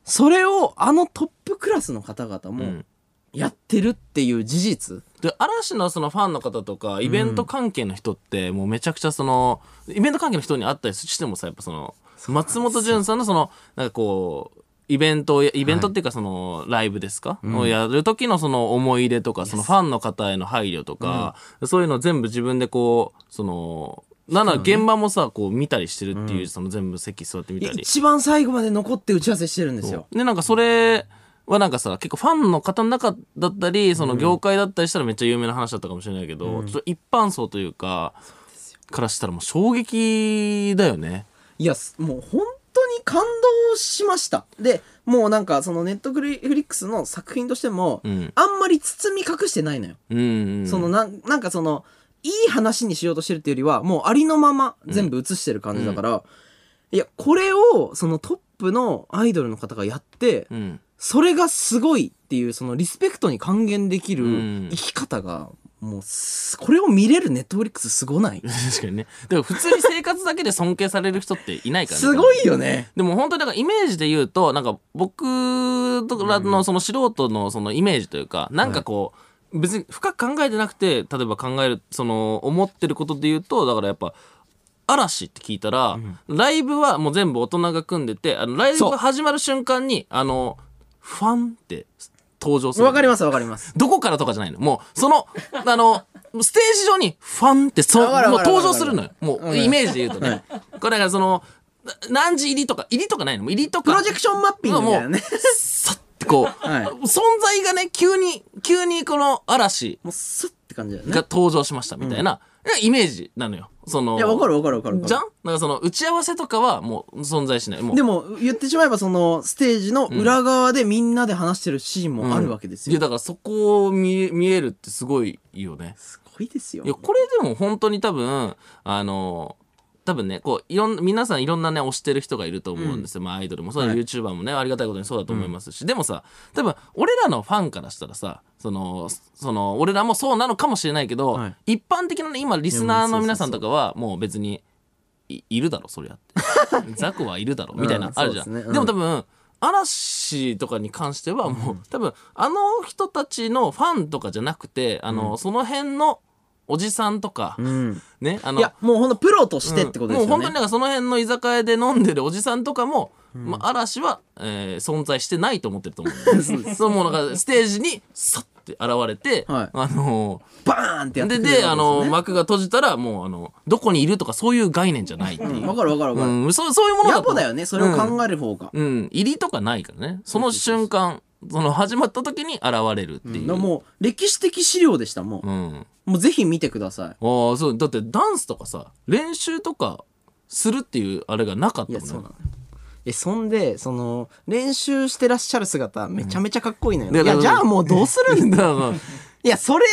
S2: それをあのトップクラスの方々
S1: う
S2: も
S1: ん
S2: やってるっていう事実。
S1: で、嵐のそのファンの方とか、イベント関係の人って、もうめちゃくちゃその、イベント関係の人に会ったりしてもさ、やっぱその、松本潤さんのその、なんかこう、イベントをや、イベントっていうかその、ライブですか、をやる時のその思い入れとか、そのファンの方への配慮とか、そういうの全部自分でこう、その、なんなら現場もさ、こう見たりしてるっていう、その全部席座ってみ
S2: いや
S1: たり。
S2: 一番最後まで残って打ち合わせしてるんですよ。
S1: でなんかそれはなんかさ結構ファンの方の中だったりその業界だったりしたらめっちゃ有名な話だったかもしれないけど、ちょっと一般層というかからしたらもう衝撃だよね。
S2: いや、すもう本当に感動しました。で、もうなんかそのネットフリックスの作品としても、
S1: うん
S2: あんまり包み隠してないのよ。
S1: うんうん、
S2: そのなんなんかそのいい話にしようとしてるっていうよりはもうありのまま全部映してる感じだから、いやこれをそのトップのアイドルの方がやって、
S1: うん
S2: それがすごいっていうそのリスペクトに還元できる
S1: うん
S2: 生き方が、もうすこれを見れるネットフリックスすごない
S1: 確かにねでも普通に生活だけで尊敬される人っていないからね
S2: すごいよね
S1: でも本当になんかイメージで言うと、なんか僕とからのその素人のそのイメージというか、なんかこう、別に深く考えてなくて、例えば考える、その思ってることで言うと、だからやっぱ、嵐って聞いたら、ライブはもう全部大人が組んでて、あのライブ
S2: そう
S1: が始まる瞬間に、あの、ファンって登場する。
S2: わかりますわかります
S1: どこからとかじゃないの。もう、そ の、あの、ステージ上にファンってそう、
S2: わかる
S1: もう
S2: わかる
S1: 登場するのよ。も
S2: わか
S1: う、
S2: る
S1: イメージで言うとね。これだからその、な何時入りとか、入りとかないのもう入りとか。
S2: プロジェクションマッピングみたいなね
S1: さってこう、
S2: はい
S1: 存在がね、急に、急にこの嵐
S2: もうスッって感じだよね
S1: が登場しましたみたいな、イメージなのよ。その、
S2: いやわかるわかるわかるわかる
S1: じゃんなんかその、打ち合わせとかはもう存在しない。もう
S2: でも言ってしまえばそのステージの裏側でみんなで話してるシーンもあるわけです
S1: いや、
S2: よ、
S1: だからそこを見え見えるってすごいよね。
S2: すごいですよ
S1: いや、これでも本当に多分、あの、多分ね、こう、いろん、皆さんいろんなね、推してる人がいると思うんですよ。まあ、アイドルもそうだ、
S2: はい
S1: YouTuber もね、ありがたいことにそうだと思いますし。でもさ、多分、俺らのファンからしたらさ、その、その、俺らもそうなのかもしれないけど、
S2: はい
S1: 一般的なね、今、リスナーの皆さんとかは、もう別に、いいるだろ、そりゃ って。ザクはいるだろ、みたいな、
S2: うん
S1: あるじゃん。
S2: そう
S1: で
S2: ですねうん
S1: も多分、嵐とかに関してはもう、多分あの人たちのファンとかじゃなくてあの、その辺のおじさんとか、
S2: うん
S1: ねあの
S2: いやもうほんとプロとしてってことです
S1: も
S2: よね、
S1: う本当になんかその辺の居酒屋で飲んでるおじさんとかも、まあ、嵐は、えー存在してないと思ってると思うんですそうもうなんかステージにさって現れて、
S2: はい
S1: あのー
S2: バーンってやって
S1: で
S2: くれる
S1: で、あの、
S2: わ
S1: 幕が閉じたら、もう、あの、どこにいるとかそういう概念じゃないっていう。
S2: けですよねうんわかるわかるわかる、
S1: うん、そう、そういうもの
S2: 野
S1: と
S2: 暮だよねそれを考える方が、
S1: うん、入りとかないからね。その瞬間、その始まった時に現れるっていう。
S2: だからもう歴史的資料でしたもう、
S1: うん。
S2: もうぜひ見てくださ
S1: ああ、そう、だってダンスとかさ、練習とかするっていうあれがなかっ
S2: い
S1: た
S2: いや
S1: もん
S2: そうな
S1: ね
S2: の。よえそんでその練習してらっしゃる姿めちゃめちゃかっこいいのよ、
S1: うん
S2: いやじゃあもうどうす るんだ
S1: だから
S2: いや、それ、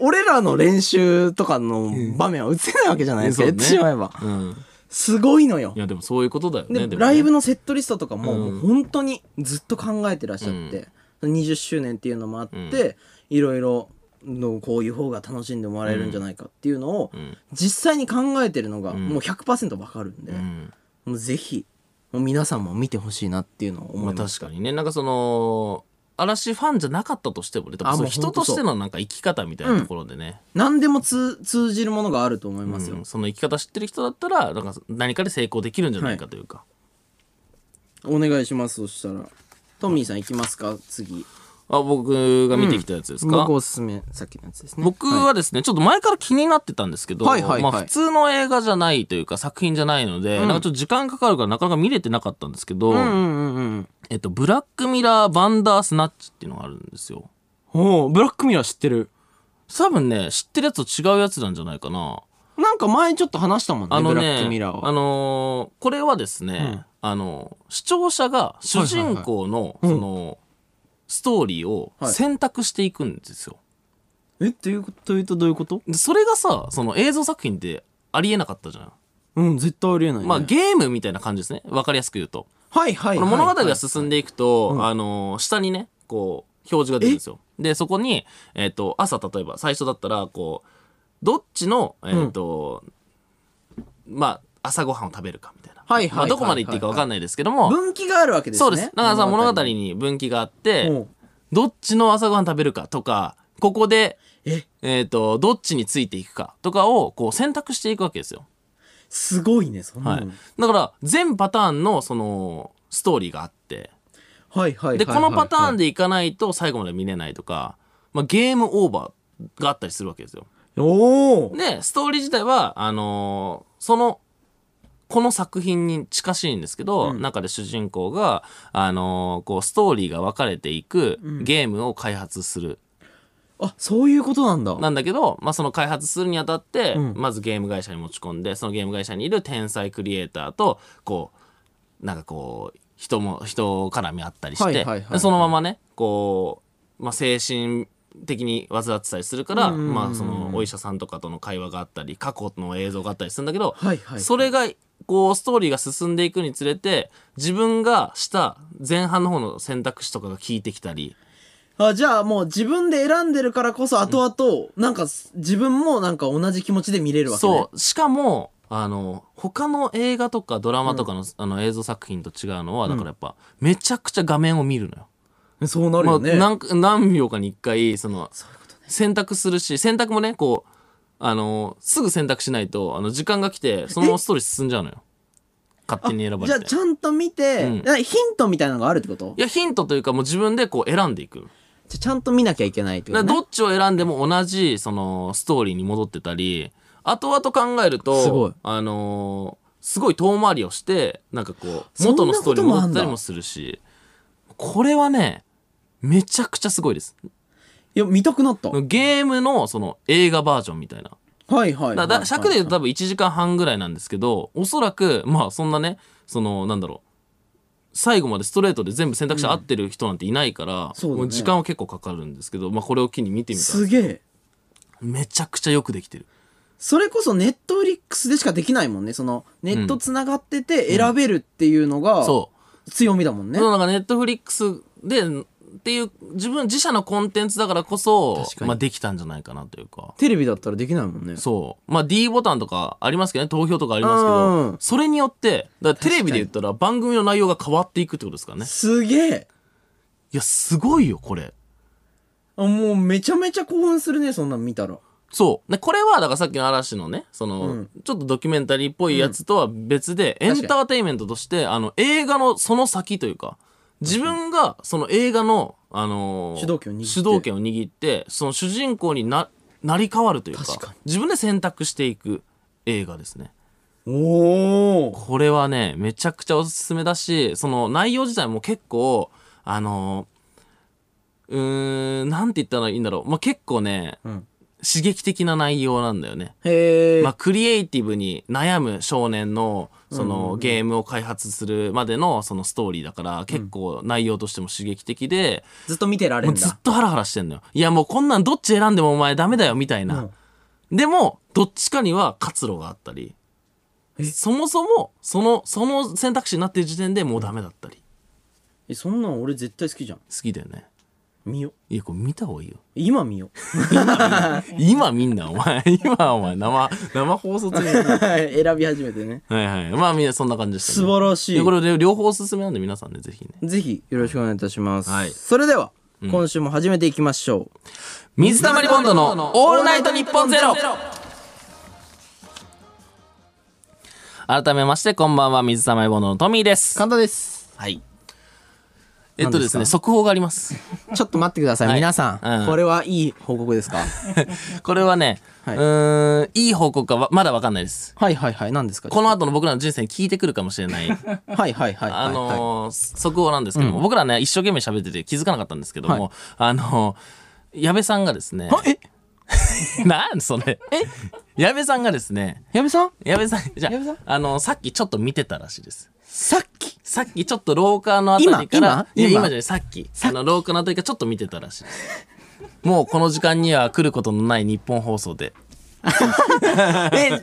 S2: 俺らの練習とかの場面は映せないわけじゃ ないですか。
S1: うん
S2: 言ってしまえば。
S1: まあ、うん。
S2: すごいのよ
S1: い。や、でもそういうことだよね。
S2: で、
S1: でもね
S2: ライブのセットリストとかも、
S1: うん
S2: もう本当にずっと考えてらっしゃって、20周年っていうのもあって、
S1: うん
S2: いろいろのこういう方が楽しんでもらえるんじゃないかっていうのを、
S1: うん
S2: 実際に考えてるのが
S1: ん
S2: もう100%わかるんで、
S1: うん。
S2: もうぜひ、もう皆さんも見てほしいなっていうのを
S1: ま
S2: 思
S1: あ
S2: います。
S1: 確かにね、なんかその、嵐ファンじゃなかったとしてもね、多分
S2: あ
S1: そう
S2: もうほ
S1: 人
S2: んと
S1: と
S2: そ
S1: し
S2: う
S1: てのなんか生き方みたいなところでね、
S2: 何でも通通じるものがあると思いますよ。
S1: うんその生き方知ってる人だったら、なんか何かで成功できるんじゃないかというか。
S2: お願いします、そしたら。トミーさんいきますか次。
S1: あ、僕が見てきたやつですか、
S2: 僕おすすめさっきのやつですね
S1: 僕
S2: い
S1: はですね、ちょっと前から気になってたんですけど、
S2: はいはいはい
S1: まあ普通の映画じゃないというか作品じゃないので、なんかちょっと時間かかるからなかなか見れてなかったんですけど、
S2: うんうんうんうん
S1: えっと、ブラックミラーバンダースナッチっていうのがあるんですよ。
S2: おうブラックミラー知ってる
S1: 多分ね、知ってるやつと違うやつなんじゃないかな。
S2: なんか前ちょっと話したもんね
S1: あの
S2: ブラック
S1: ね、
S2: ミラー
S1: あ
S2: は
S1: のーこれはですね、あのー視聴者が主人公の、その、ストーリーを
S2: はい
S1: 選択していくんですよ。
S2: えというというとどういうこと
S1: でそれがさ、その映像作品ってありえなかったじゃん。
S2: うん絶対ありえない、ね、
S1: まあゲームみたいな感じですね。わかりやすく言うと。
S2: はいはい
S1: この物語
S2: は
S1: が
S2: い
S1: 進んでいくと、あのー下にね、こう、表示が出るんですよ。で、そこに、えっ、と、朝、例えば、最初だったら、こう、どっちの、えっ、と、まあ、朝ごはんを食べるかみたいな。
S2: はいはい
S1: まあどこまで行っていいか分かんないですけども、
S2: 分岐があるわけですね
S1: そうです。だからさ、物語
S2: に
S1: に分岐があって、
S2: うん
S1: どっちの朝ごはん食べるかとか、ここで、
S2: え
S1: えっ、と、どっちについていくかとかを、こう、選択していくわけですよ。
S2: すごいねそんな
S1: はい。
S2: の
S1: だから、全パターンの、その、ストーリーがあって、
S2: はいはい
S1: で、このパターン
S2: で
S1: でいかないと最後まで見れないとか、まあ、ゲームオーバーがあったりするわけですよ。
S2: おお
S1: で、ストーリー自体は、あのーその、この作品に近しいんですけど、中で主人公が、あのーこう、ストーリーが分かれていくゲームを開発する。
S2: あそういうことなんだ
S1: なんだけど、まあ、その開発するにあたって、
S2: ん
S1: まずゲーム会社に持ち込んで、そのゲーム会社にいる天才クリエイターと、こう、なんかこう、人も、人絡みあったりして、
S2: はいはいはいはい
S1: でそのままね、こう、まあ、精神的に患ってたりするから、
S2: うん
S1: まあ、その、お医者さんとかとの会話があったり、過去の映像があったりするんだけど、
S2: はいはい
S1: それが、こう、ストーリーが進んでいくにつれて、自分がした前半の方の選択肢とかが効いてきたり、
S2: あじゃあもう自分で選んでるからこそ後々、なんかす自分もなんか同じ気持ちで見れるわけ、ね、
S1: そうしかもあの他の映画とかドラマとかの,、あの映像作品と違うのはだからやっぱ、めちゃくちゃ画面を見るのよ。
S2: うそうなるよね、
S1: まあ、何何秒かに1回その
S2: そういうことね
S1: 選択するし選択もねこうあのすぐ選択しないとあの時間が来てそのままストーリー進んじゃうのよ勝手に選ば
S2: じゃ
S1: れ
S2: あ
S1: て。
S2: ちゃんと見て、
S1: うん
S2: なヒントみたいなのがあるってこと
S1: いやヒントというかもう自分でこう選んでいく。
S2: じゃあちゃんと見なきゃいけないってこ
S1: だ
S2: と、
S1: から
S2: ね、
S1: どっちを選んでも同じそのストーリーに戻ってたり後々考えると
S2: すごい
S1: あのーすごい遠回りをしてなんかこう
S2: そんなこと
S1: 元のストーリーに
S2: もあ
S1: 戻
S2: ん
S1: っ
S2: だ
S1: たりもするしこれはねめちゃくちゃすごいです
S2: いや見たくなった、
S1: ゲームのその映画バージョンみたいな
S2: はいはいはい
S1: だだ尺で言うと多
S2: は
S1: 分1時間半ぐらいなんですけどおそらくまあそんなねそのなんだろう最後までストレートで全部選択肢合ってる人なんていないから、
S2: そうだね
S1: もう時間は結構かかるんですけど、まあ、これを機に見て
S2: い
S1: みたら
S2: すげえ
S1: めちゃくちゃよくできてる
S2: それこそネットフリックスでしかできないもんねそのネットつながってて選べるっていうのが
S1: そ
S2: 強みだもん
S1: う。
S2: ね、
S1: そのなんかネットフリックスで、っていう、自分、自社のコンテンツだからこそ
S2: 確、かに
S1: まあできたんじゃないかなというか。
S2: テレビだったらできないもんね
S1: そう。まあ D ボタンとかありますけどね、投票とかありますけ
S2: うん
S1: ど、それによって、だからテレビで言ったら番組の内容が変わっていくってことですからね。
S2: すげえ
S1: いや、すごいよ、これ。
S2: あもうめちゃめちゃ興奮するねそんなん見たら
S1: そう。で、これは、だからさっきの嵐のね、その、
S2: うん
S1: ちょっとドキュメンタリーっぽいやつとは別で、
S2: ん
S1: エンターテインメントとして、あの、映画のその先というか、自分がその映画の、あのー
S2: 主導権を握って
S1: 主導権を握って、その主人公にな、なり変わるというか、
S2: 確かに
S1: 自分で選択していく映画ですね。
S2: おお
S1: これはね、めちゃくちゃおすすめだし、その内容自体も結構、あのーうーん、なんて言ったらいいんだろう。まあ、結構ね、
S2: ん
S1: 刺激的な内容なんだよね。
S2: へえ、
S1: まあ、クリエイティブに悩む少年のそのゲームを開発するまでのそのストーリーだから結構内容としても刺激的で、
S2: ずっと見てられる
S1: も
S2: ん
S1: うずっ
S2: だ
S1: とハラハラしてんのよいやもうこんなんどっち選んでもお前ダメだよみたいな、でもどっちかには活路があったり
S2: え
S1: そもそもそのその選択肢になってる時点でもうダメだったり
S2: えそんなん俺絶対好きじゃん
S1: 好きだよね
S2: 見よ
S1: いやこれ見た方がいいよ
S2: 今見よ
S1: 今みんなお前 今お前生生放送中には
S2: 選び始めてね
S1: いはいまあみんなそんな感じでした、
S2: 素
S1: ね、
S2: 晴らし
S1: いや
S2: い
S1: これ両方おすすめなんで皆さんねぜひね
S2: ぜひよろしくお願いいたします、
S1: はい
S2: それでは、今週も始めていきましょう
S1: 水溜りボンドのオールナイトニッポンゼロ改めましてこんばんは水溜りボンドのトミーです
S2: 簡単です
S1: はいえっとですね速報があります
S2: ちょっと待ってください、
S1: はい
S2: 皆さん、
S1: うん
S2: これはいい報告ですか
S1: これはね、
S2: はいう
S1: ーんいい報告かはまだわかんないです
S2: はいはいはい何ですか
S1: この後の僕らの人生に聞いてくるかもしれない
S2: はいはいはい
S1: あの
S2: はいはい
S1: ー速報なんですけども、僕らね一生懸命喋ってて気づかなかったんですけども、
S2: は い
S1: あのー矢部さんがですね
S2: あえ
S1: なんそれ。え矢部さんがですね、
S2: 矢部さん
S1: 矢部さん、じゃ
S2: 矢部さん
S1: あ、あの、さっきちょっと見てたらしいです。
S2: さっき
S1: さっきちょっと廊下のあたりから、
S2: 今今
S1: いや
S2: 今
S1: 今じゃない、さっき、あの、廊下のあたりからちょっと見てたらしいです。もうこの時間には来ることのない日本放送で。
S2: え、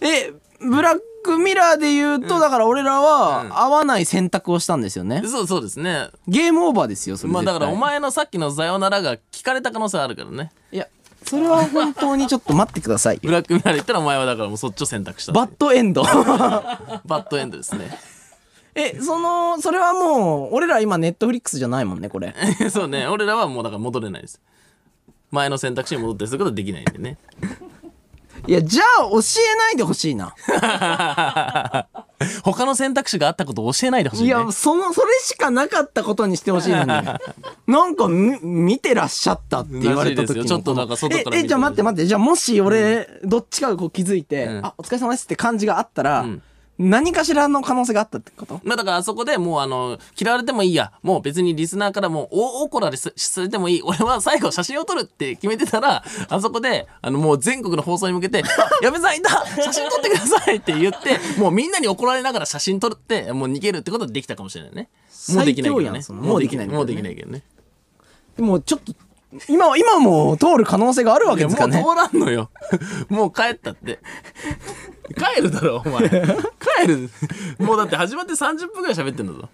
S2: え、ブラックミラーで言うと、だから俺らは合わない選択をしたんですよね。
S1: そうそうですね。
S2: ゲームオーバーですよ、それ
S1: まあ
S2: 絶
S1: だ
S2: 対。
S1: からお前のさっきのさよならが聞かれた可能性あるからね。
S2: いや、それは本当にちょっと待ってください
S1: ブ
S2: よ。
S1: ラックミラーで言ったらお前はだからもうそっちを選択した。
S2: バッドエンド。
S1: バッドエンドですね。
S2: え、その、それはもう、俺ら今ネットフリックスじゃないもんね、これ。
S1: そうね。俺らはもうだから戻れないです。前の選択肢に戻ってすることはできないんでね。
S2: いや、じゃあ教えないでほしいな。
S1: 他の選択肢があったことを教えないでほしい、
S2: い
S1: ね。
S2: や、その、それしかなかったことにしてほしい のに。なんか、み見てらっしゃったって言われた
S1: らしい
S2: 時
S1: ですよ
S2: の
S1: ちょっとなんか外から見
S2: え、
S1: て
S2: えじゃあ待って待って、じゃあもし俺、どっちかがこう気づいて、
S1: うん
S2: あ、お疲れ様ですって感じがあったら、
S1: ん
S2: 何かしらの可能性があったってこと
S1: まあだからあそこでもうあの、嫌われてもいいや。もう別にリスナーからもう大怒られすされてもいい。俺は最後写真を撮るって決めてたら、あそこで、あのもう全国の放送に向けて、あ矢部さんいた写真撮ってくださいって言って、もうみんなに怒られながら写真撮って、もう逃げるってことはできたかもしれないね。もうできないけど
S2: 最強や
S1: ね
S2: んそ。の
S1: もうできない。
S2: も
S1: も
S2: う
S1: う
S2: で
S1: でき
S2: きな
S1: ないけどね。
S2: でもちょっと、今は、今も通る可能性があるわ
S1: い
S2: け
S1: や
S2: で
S1: も
S2: す
S1: う
S2: か
S1: 通
S2: ね。
S1: らんのよ。 もう帰った って。帰るだろ、お前。帰る。もうだって始まって30分ぐらい喋ってんだぞ。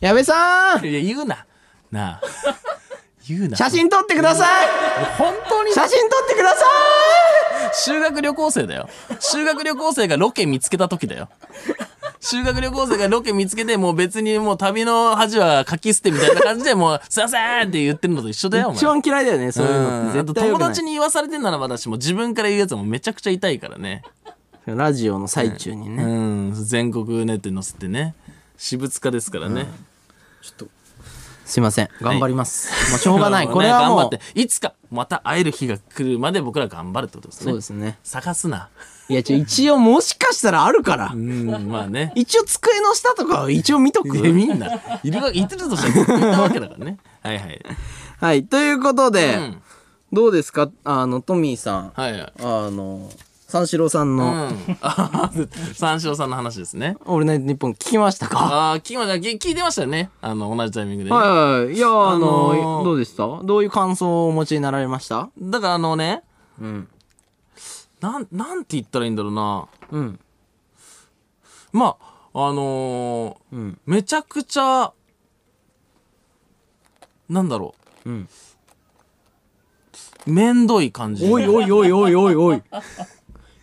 S2: 矢部さん
S1: いや、言うな。 なあ。言うな。
S2: 写真撮ってください
S1: 本当に
S2: 写真撮ってくださ
S1: 修学旅行生だよ。修学旅行生がロケ見つけた時だよ。修学旅行生がロケ見つけて、もう別にもう旅の恥はかき捨てみたいな感じで、もう、 すいませんって言ってるのと一緒だよ、お
S2: い
S1: 前。
S2: 一番嫌いだよね、そういうのって。
S1: うんあ
S2: 絶
S1: と
S2: 対良
S1: 友
S2: くない
S1: 達に言わされてんならまだしも自分から言うやつもめちゃくちゃ痛いからね。
S2: ラジオの最中にね。
S1: うん、全国ネットに載せてね。私物化ですからね。
S2: すいません。頑張ります。もうしょう がない。
S1: ね
S2: これは
S1: 頑
S2: も
S1: 張
S2: う
S1: っ。て、いつかまた会える日が来るまで僕ら頑張るってことですね。
S2: そうですね。
S1: 探すな。
S2: いや、ちょ、一応もしかしたらあるから
S1: う。ん、まあね。
S2: 一応机の下とかは一応見とく。
S1: えみんないるわいてるとしたらいたわけだからねはいはい、
S2: はい。ということで、
S1: うん、
S2: どうですかあの、トミーさん。
S1: はいはい
S2: あの、三四郎さん
S1: う
S2: の、
S1: んあー三四郎さんの話ですね
S2: オールナイトニッポン聞きましたか
S1: ああ聞きました聞聞いてましたよねあの同じタイミングでね、
S2: はいはい。いや、あの、
S1: あのー
S2: どうでしたどういう感想をお持ちになられました
S1: だからあのね
S2: うん。
S1: なんなんて言ったらいいんだろうな
S2: うん。
S1: まああのー
S2: うん。
S1: めちゃくちゃなんだろ
S2: うん。
S1: うめんどい感じ
S2: おいおいおいおいおいおい。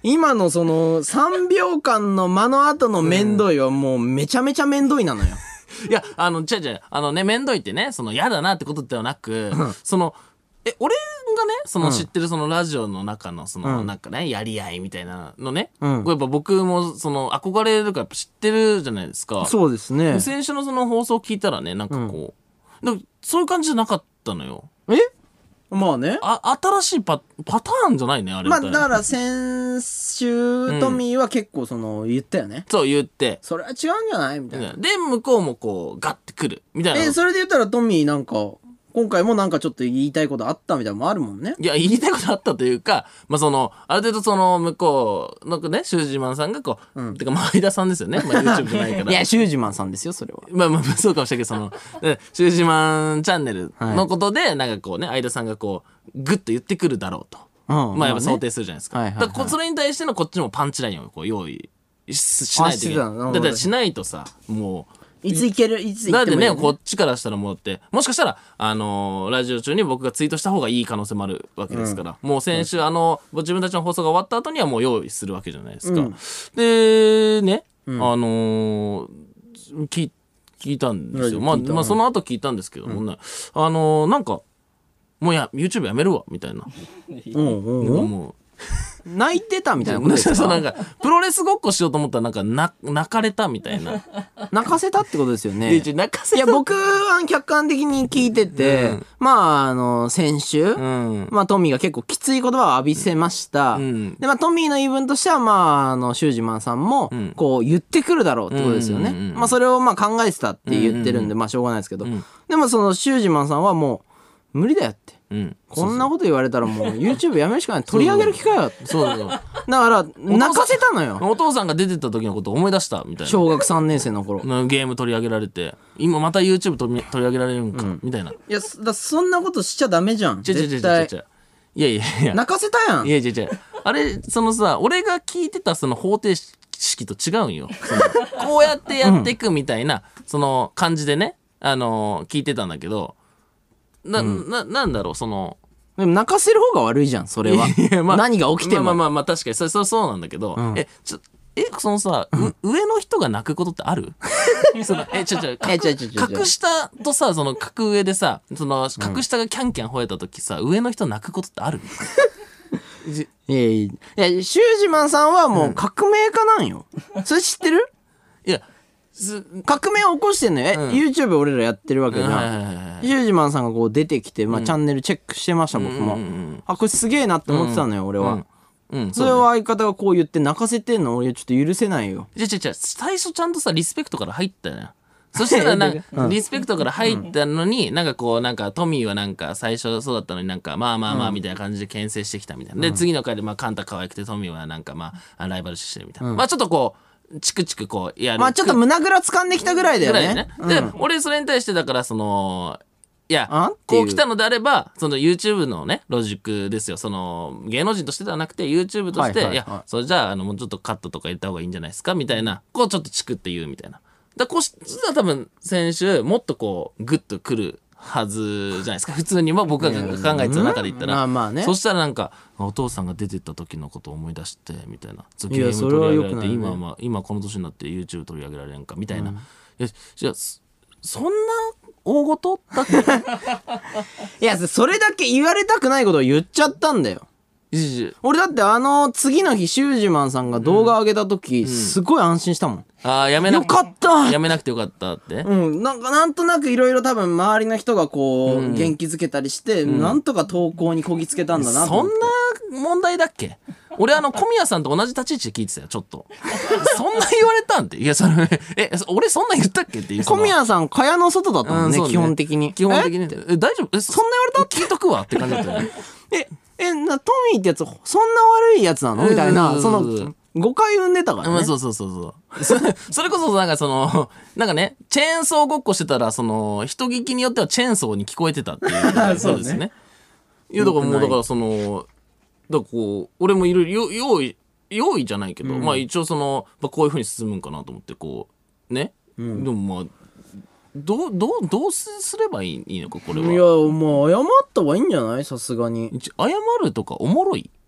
S2: 今のその3秒間の間の後の面倒いはもうめちゃめちゃ面倒いなのよ。
S1: いや、あの、違う違う、あのね、めんどいってね、その、嫌だなってことではなく、その、え、俺がね、その知ってるそのラジオの中の、その、
S2: うん
S1: なんかね、やり合いみたいなのね、
S2: うん
S1: これやっぱ僕も、その、憧れるからやっぱ知ってるじゃないですか。
S2: そうですね
S1: 先週のその放送聞いたらね、なんかこう、なんかそういう感じじゃなかったのよ。
S2: えまあね。
S1: あ、新しいパ、パターンじゃないね、あれみ
S2: ま
S1: た
S2: あ
S1: いな。
S2: だから先週トミーは結構その言ったよね。
S1: そう言って。
S2: それは違うんじゃないみたいな。
S1: で、向こうもこう、ガッてくる。みたいな。
S2: え、それで言ったらトミーなんか、今回もなんかちょっと言いたいことあったみたいなのもあるもんね。
S1: いや、言いたいことあったというか、まあ、その、ある程度その、向こうのね、シュージマンさんがこう、てか、まあ、相田さんですよね。まあ、YouTube じゃない から。、
S2: シュージマンさんですよ、それは。
S1: まあまあ、そうかもしれないけど、そ の、でシュージマンチャンネルのことで、なんかこうね、相田さんがこう、グッと言ってくるだろうと。
S2: うん
S1: まあ、やっぱ
S2: まあね
S1: 想定するじゃないですか。
S2: はいはいはい
S1: だからこ、それに対してのこっちもパンチラインをこう、用意ししないといけ
S2: あしてた
S1: な
S2: の
S1: い。だってしないとさ、もう、
S2: いつ行ける、いつ行
S1: だ
S2: っ
S1: ってて
S2: もいい
S1: ね
S2: よ
S1: こっちからしたらもうだってもしかしたらあのーラジオ中に僕がツイートした方がいい可能性もあるわけですから、もう先週、あの自分たちの放送が終わった後にはもう用意するわけじゃないですか、
S2: うん
S1: でね、あのー聞い聞いたんですよ、まあ、
S2: 聞いた
S1: まあその後聞いたんですけどもね、あのーなんかもうや YouTube やめるわみたいな、
S2: うんうんうん
S1: もう
S2: 泣いてたみたいなことです
S1: そうな
S2: か
S1: んかプロレスごっこしようと思ったらなんかな泣かれたみたい な、
S2: 泣かせたってことですよね。
S1: で泣かせ
S2: い
S1: た
S2: や、僕は客観的に聞いてて、まあ、あの、先週、
S1: うん
S2: まあ、トミーが結構きつい言葉を浴びせました。
S1: ん
S2: で、まあ、トミーの言い分としては、まあ、あの、シュージマンさんも
S1: ん、
S2: こう、言ってくるだろうってことですよね。
S1: うんうんうんうん
S2: まあ、それを、まあ、考えてたって言って
S1: う
S2: るんで、
S1: んうん
S2: まあ、しょうがないですけど。
S1: ん
S2: でも、その、シュージマンさんはもう、無理だよって。
S1: うん。
S2: こんなこと言われたらもう YouTube やめるしかない。取り上げる機会は。
S1: そうそうそう。
S2: だから、泣かせたのよ。
S1: お父さんが出てった時のこと思い出したみたいな。
S2: 小学3年生の頃。
S1: なゲーム取り上げられて、今また YouTube 取り取り上げられるんか、みたいな。
S2: いや、だそんなことしちゃダメじゃん。
S1: ちょちょちょちょちょ。いやいやいや。
S2: 泣かせたやん
S1: い。やいやいや。あれ、そのさ、俺が聞いてたその方程式と違うんよ。そのこうやってやっていくみたいな、その感じでね、あのー聞いてたんだけど、な、な、なんだろう、その、
S2: でも泣かせる方が悪いじゃん、それは。
S1: いやまあ
S2: 何が起きても。
S1: まあまあまあまあ、確かに、それ、それそうなんだけど、え、ちょ、え、そのさ、う上の人が泣くことってある そのえ、ちょ、ちょ、
S2: えちょちょちょちょ
S1: 格下とさ、その格上でさ、その、格下がキャンキャン吠えた時さ、上の人泣くことってある
S2: いやいや、いや、シュージマンさんはもう革命家なんよ。それ知ってる
S1: いや、す、
S2: 革命を起こしてんのよ。え、YouTube 俺らやってるわけじ
S1: はいはい
S2: ゃん。
S1: はいはい。
S2: シュージマンさんがこう出てきて、まあチャンネルチェックしてました、僕も。あ、これすげえなって思ってたのよ、俺は。
S1: うん、
S2: そ
S1: そう
S2: れ
S1: だね。
S2: を相方がこう言って泣かせてんの、俺ちょっと許せないよ。
S1: じゃじゃじゃ最初ちゃんとさ、リスペクトから入ったよね。そした らなんか、リスペクトから入ったのに、なんかこう、なんかトミーはなんか最初そうだったのになんか、まあまあまあみたいな感じで牽制してきたみたいな。で、次の回でまあカンタ可愛くてトミーはなんかまあ、ライバル視してるみたいな。まあちょっとこう、チクチクこう、やる。
S2: まあちょっと胸ぐら掴んできたぐらいだよ
S1: ぐらい
S2: ね
S1: ね。。で、俺それに対してだからその、い
S2: あ
S1: や
S2: っ、てい
S1: こ
S2: う
S1: う来たのであれば、その YouTube のね、ロジックですよ。その、芸能人としてではなくて、YouTube として、
S2: はい
S1: い
S2: はいはい
S1: や、それじゃあ、あの、もうちょっとカットとか入れた方がいいんじゃないですかみたいな、こうちょっとチクって言うみたいな。だこうし、そしたら多分、先週、もっとこう、グッとくるはずじゃないですか。普通に、まあ僕が考えてた中で言ったら。
S2: まあまあね
S1: そしたらなんか、お父さんが出てった時のことを思い出して、みたいな。
S2: いやそれは良くないね
S1: 今はまあ、今この年になって YouTube 取り上げられんかみたいな、いやじゃあそそんな大ごとだって
S2: いや、それだけ言われたくないことを言っちゃったんだよ。
S1: いやいやいや
S2: 俺だってあの次の日シュージマンさんが動画上げた時、すごい安心したもん、
S1: あーやめな
S2: よかった
S1: やめなくてよかったって
S2: うん、なんかなんとなくいろいろ多分周りの人がこう、元気づけたりして、なんとか投稿にこぎつけたんだなと
S1: そ
S2: 思
S1: ん
S2: って
S1: な問題だっけ俺あの小宮さんと同じ立ち位置で聞いてたよちょっと そんな言われたんっていやそれえ俺そんな言ったっけっていうそ
S2: 小
S1: の
S2: 宮さん蚊帳の外だったもんね,、
S1: うんそうね
S2: 基本的に
S1: 基本的にえ大丈夫えそんな言われた聞いとくわって感じだったよね
S2: えええなトミーってやつそんな悪いやつなのみたいな、
S1: うん
S2: その誤解生んでたから
S1: ま
S2: ね
S1: あ、そうそうそうそう。 そそれこそ、なんかその、 なんかね、チェーンソーごっこしてたら、その、人聞きによってはチェーンソーに聞こえてたっていう。
S2: そうね
S1: ですね。いや、だからもう、だからその、だからこう、俺もいろいろ、よ用意、用意じゃないけど、まあ一応その、まあ、こういうふうに進むんかなと思って、こう、ね。でもまあ、どう、どう、どうすればいいのか、これ
S2: い
S1: は。
S2: やもう謝った方がいいんじゃないさすがに
S1: 一応謝るとかおもろい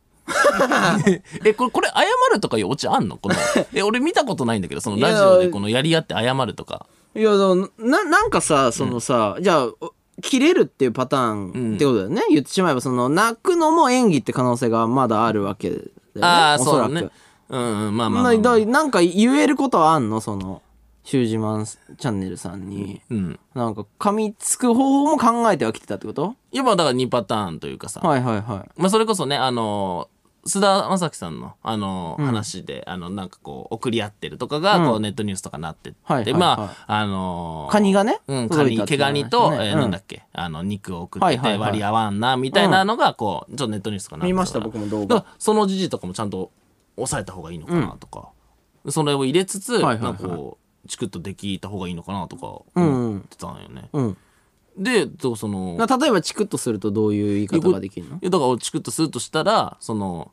S1: え、これ、これ、謝るとかいうオチあんのこの、 え、俺見たことないんだけど、そのラジオでこのやり合って謝るとか。
S2: いやだからななんかさそのさ、じゃあお切れるっていうパターンってことだよね、言ってしまえばその泣くのも演技って可能性がまだあるわけだよね
S1: ああ、
S2: お
S1: そうだ
S2: らく
S1: ね。うん、うん、まあまあまあ
S2: な
S1: まあ、
S2: だなんか言えることはあんのそのシュージマンチャンネルさんに、
S1: うん。
S2: なんか噛みつく方法も考えてはきてたってこと
S1: いや、まあだから2パターンというかさ。
S2: はいはいはい
S1: まあそれこそね、あのー、須田将暉さんの、あのー話で、あの、なんかこう、送り合ってるとかが、こう、ネットニュースとかなってって、
S2: はいはいはい
S1: まあ、あのー
S2: カニがね
S1: うん、カ
S2: 届い
S1: ニ、
S2: たっ
S1: 毛
S2: ていう話
S1: ガニと、えーなんだ
S2: ね
S1: っけ、あの、肉を送って
S2: はいはい
S1: て
S2: はい
S1: 割り合わんな、みたいなのが、こう、ちょっとネットニュースとかなって
S2: 見ました
S1: から
S2: 僕も動画
S1: だからその時事とかもちゃんと抑えた方がいいのかなとか、それを入れつつ、
S2: はいはいはい
S1: なんかこう、チクッとできた方がいいのかなとか、
S2: ん
S1: 思ってたんよね。
S2: うん、うん
S1: で、とその、
S2: な例えばチクッとするとどういう言い方ができるの
S1: いやだからチクッとするとしたらその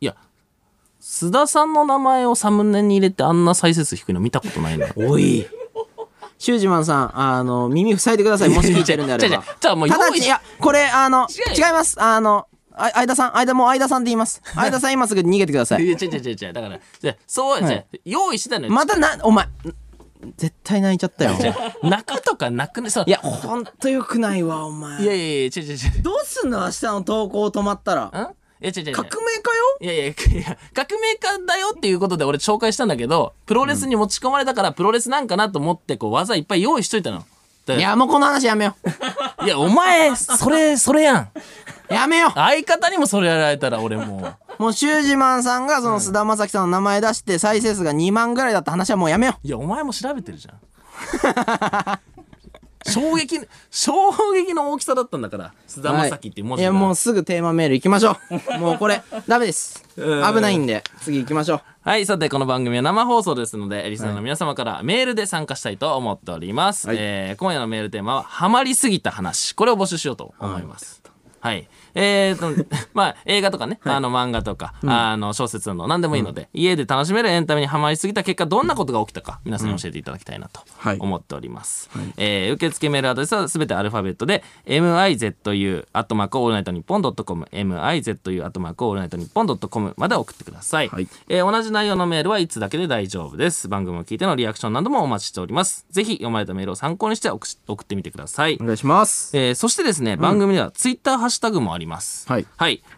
S1: いや須田さんの名前をサムネに入れてあんな再生数低いの見たことないな
S2: おいシュージマンさん、あの、耳塞いでください。もし聞いてるんであれ
S1: 違う
S2: ば
S1: 違う違う。じゃあもう用意
S2: ただち、いや、これ、あの、違
S1: 違う
S2: います。あの、あ、相田さん、相田、もう相田さんって言い ます。相田さん、今すぐ逃げてくださ
S1: い
S2: い。
S1: や違う違う違う違うだからじゃあそう、じゃあ用意してたのよ、
S2: またな、お前、絶対泣いちゃったよ。
S1: じゃあ泣くとか泣くねそう
S2: いや、ほんとよくないわ、お前。
S1: いやいやいや違う違う違う
S2: どうすんの明日の投稿止まったら。
S1: んいや違う違う違う
S2: 革命
S1: いやいやいや、革命家だよっていうことで俺紹介したんだけど、プロレスに持ち込まれたからプロレスなんかなと思って、こう技いっぱい用意しといたの。
S2: かよ
S1: い
S2: い
S1: や、
S2: や、もうこの話やめよ
S1: いや、お前、それ、それやん。
S2: う。やめよう。
S1: 相方にもそれやられたら俺もう。
S2: もう、シュージマンさんが、その、菅田将暉さんの名前出して、再生数が2万ぐらいだった話はもうやめよう。
S1: いや、お前も調べてるじゃん。衝撃、衝撃の大きさだったんだから、菅田将暉っていう文
S2: い
S1: 字
S2: や
S1: が。
S2: もうすぐテーマメール行きましょ うもうこれダメです
S1: うん
S2: 危ないんで次行きましょう
S1: はい、さてこの番組は生放送ですので、リスナーの皆様からメールで参加したいと思っております。えー今夜のメールテーマは、ハマりすぎた話。これを募集しようと思います。はい。えー、と、 まあ、映画とかね、あの漫画とか、あの小説など何でもいいので、家で楽しめるエンタメにハマりすぎた結果、どんなことが起きたか、皆さんに教えていただきたいなと
S2: はい
S1: 思っております。えー受付メールアドレスはすべてアルファベットで、mizu、アットマークオールナイトニッポンドットコム、mizu、アットマークオールナイトニッポンドットコムまで送ってください。
S2: はい
S1: えー同じ内容のメールはいつだけで大丈夫です。番組を聞いてのリアクションなどもお待ちしております。ぜひ読まれたメールを参考にして送し送ってみてください
S2: お。願いします
S1: えーそしてですね、番組ではツイッターハッシュタグもあります。
S2: はい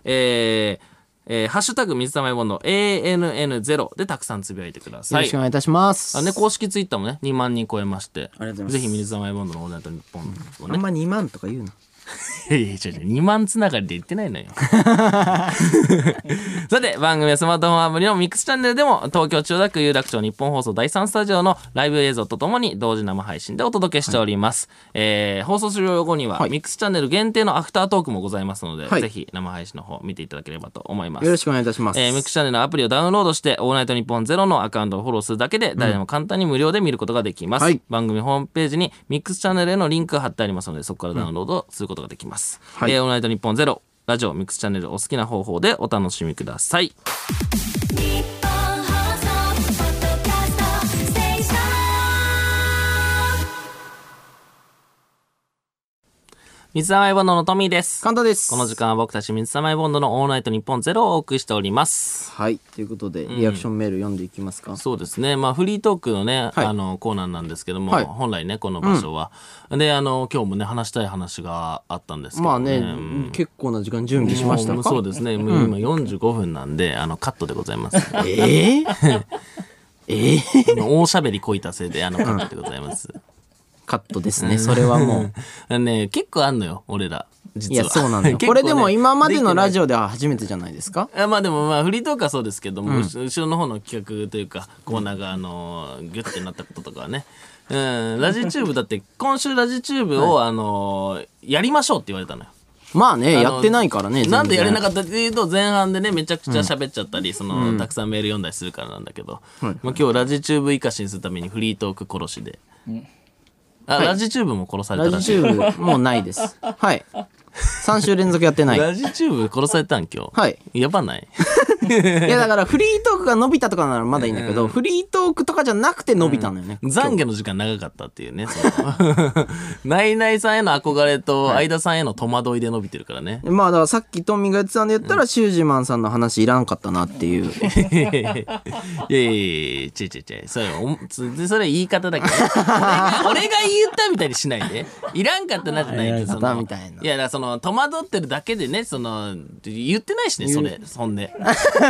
S1: えーえーハッシュタグ水溜りボンド ANN0 でたくさんつぶやいてくだ
S2: よ
S1: さ
S2: ろ
S1: い
S2: しくお。願いいたします
S1: あね、公式ツイッターもね、2万人超えまして。
S2: ありがとうございます
S1: ぜひ、水溜りボンドのオールナイト日本を
S2: あ
S1: ね
S2: ん。ま2万とか言うない
S1: やいや、違う違う、2万つながりで言ってないの よ。さて、番組はスマートフォンアプリのミックスチャンネルでも、東京千代田区有楽町日本放送第3スタジオのライブ映像とともに同時生配信でお届けしております。えー放送終了後には、
S2: はい
S1: ミックスチャンネル限定のアフタートークもございますので、
S2: はい
S1: ぜひ生配信の方見ていただければと思います。
S2: よろしくお願いいたします、
S1: えーミックスチャンネルのアプリをダウンロードして、オールナイトニッポンゼロのアカウントをフォローするだけで、誰でも簡単に無料で見ることができます。
S2: はい
S1: 番組ホームページにミックスチャンネルへのリンクが貼ってありますので、そこからダウンロードすることができます。
S2: はい
S1: えーオールナイトニッポンゼロ、ラジオ、ミックスチャンネル、お好きな方法でお楽しみください。
S3: 日本放送ポッドキャストステーション
S1: 水溜りボンドのトミーです。
S2: 簡単です
S1: この時間は僕たち水溜りボンドのオールナイトニッポンゼロをお送りしております。
S2: はいということでリアクションメール読んでいきますか、
S1: そうですね。まあ、フリートークのね、
S2: はい
S1: あの、コーナーなんですけども、
S2: はい
S1: 本来ね、この場所は。で、あの、今日もね、話したい話があったんですけど、
S2: まあね、
S1: うん
S2: 結構な時間準備しました
S1: もう
S2: か
S1: そうですね。もう今45分なんで、あの、カットでござい ます。
S2: え ー、えー、
S1: 今大喋りこいたせいで、あの、カットでございます。
S2: カットですねそれはもう
S1: ね、結構あんのよ、俺ら。実
S2: い
S1: は。
S2: や そうなんだよ、これでも今までのラジオでは初めてじゃないですか
S1: オ。あまあでもまあフリートークはそうですけども、後後ろの方の企画というかコーナーがあのーギュッてなったこととかはねうんラジチューブだって今週ラジチューブをあのーやりましょうって言われたのよ
S2: まあね
S1: あの
S2: やってないからね
S1: なんでやれな
S2: っ
S1: かったっていうと前半でねめちゃくちゃ喋っちゃったり、そのたくさんメール読んだりするからなんだけど、まあ、今日ラジチューブ生かしにするためにフリートーク殺しで、あ、ラジチューブも殺され
S2: ラ
S1: たら
S2: ジ
S1: しい
S2: チューブもうないですはい3週連続やってない
S1: ラジチューブ殺されたん今日、
S2: はい
S1: やばない
S2: いやだからフリートークが伸びたとかならまだいいんだけど、フリートークとかじゃなくて伸びたのよね。
S1: 懺悔の時間長かったっていうねその ナイナイさんへの憧れと相田さんへの戸惑いで伸びてるからね
S2: まあだからさっきトミーが言ってたんで言ったら、シュージマンさんの話いらんかったなっていう。
S1: いやいやいやいやちょいちょいちょいそれおつそれ言い方だけど俺が俺が言ったみたいにしないでいらんかったなじゃないけどそ
S2: いらん
S1: の
S2: かったみたいない
S1: やだからその戸惑ってるだけでねその言ってないしねそれそんで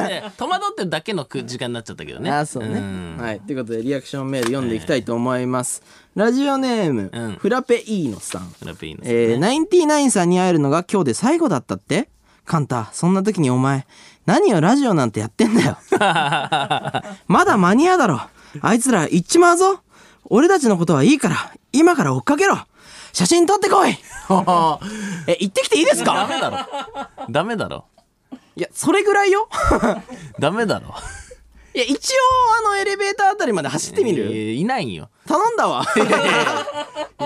S1: で戸惑ってるだけのく時間になっちゃったけどね
S2: あそうね
S1: ん。
S2: はい。ということでリアクションメール読んでいきたいと思います。ラジオネーム、
S1: うん
S2: フラペイーノさん。
S1: フラペイーノさん
S2: えー、ナインティナインさんに会えるのが今日で最後だったってカンタ、そんな時にお前、何をラジオなんてやってん だよ。まだ間に合うだろ。あいつら行っちまうぞ。俺たちのことはいいから、今から追っかけろ。写真撮って こい。え、行ってきていいです
S1: ダ
S2: か
S1: メだろダメだろ
S2: いや、それぐらいよ。
S1: ダメだろ
S2: いや、一応、あの、エレベーターあたりまで走ってみ
S1: い
S2: る
S1: やいないんよ
S2: 頼んだ わ。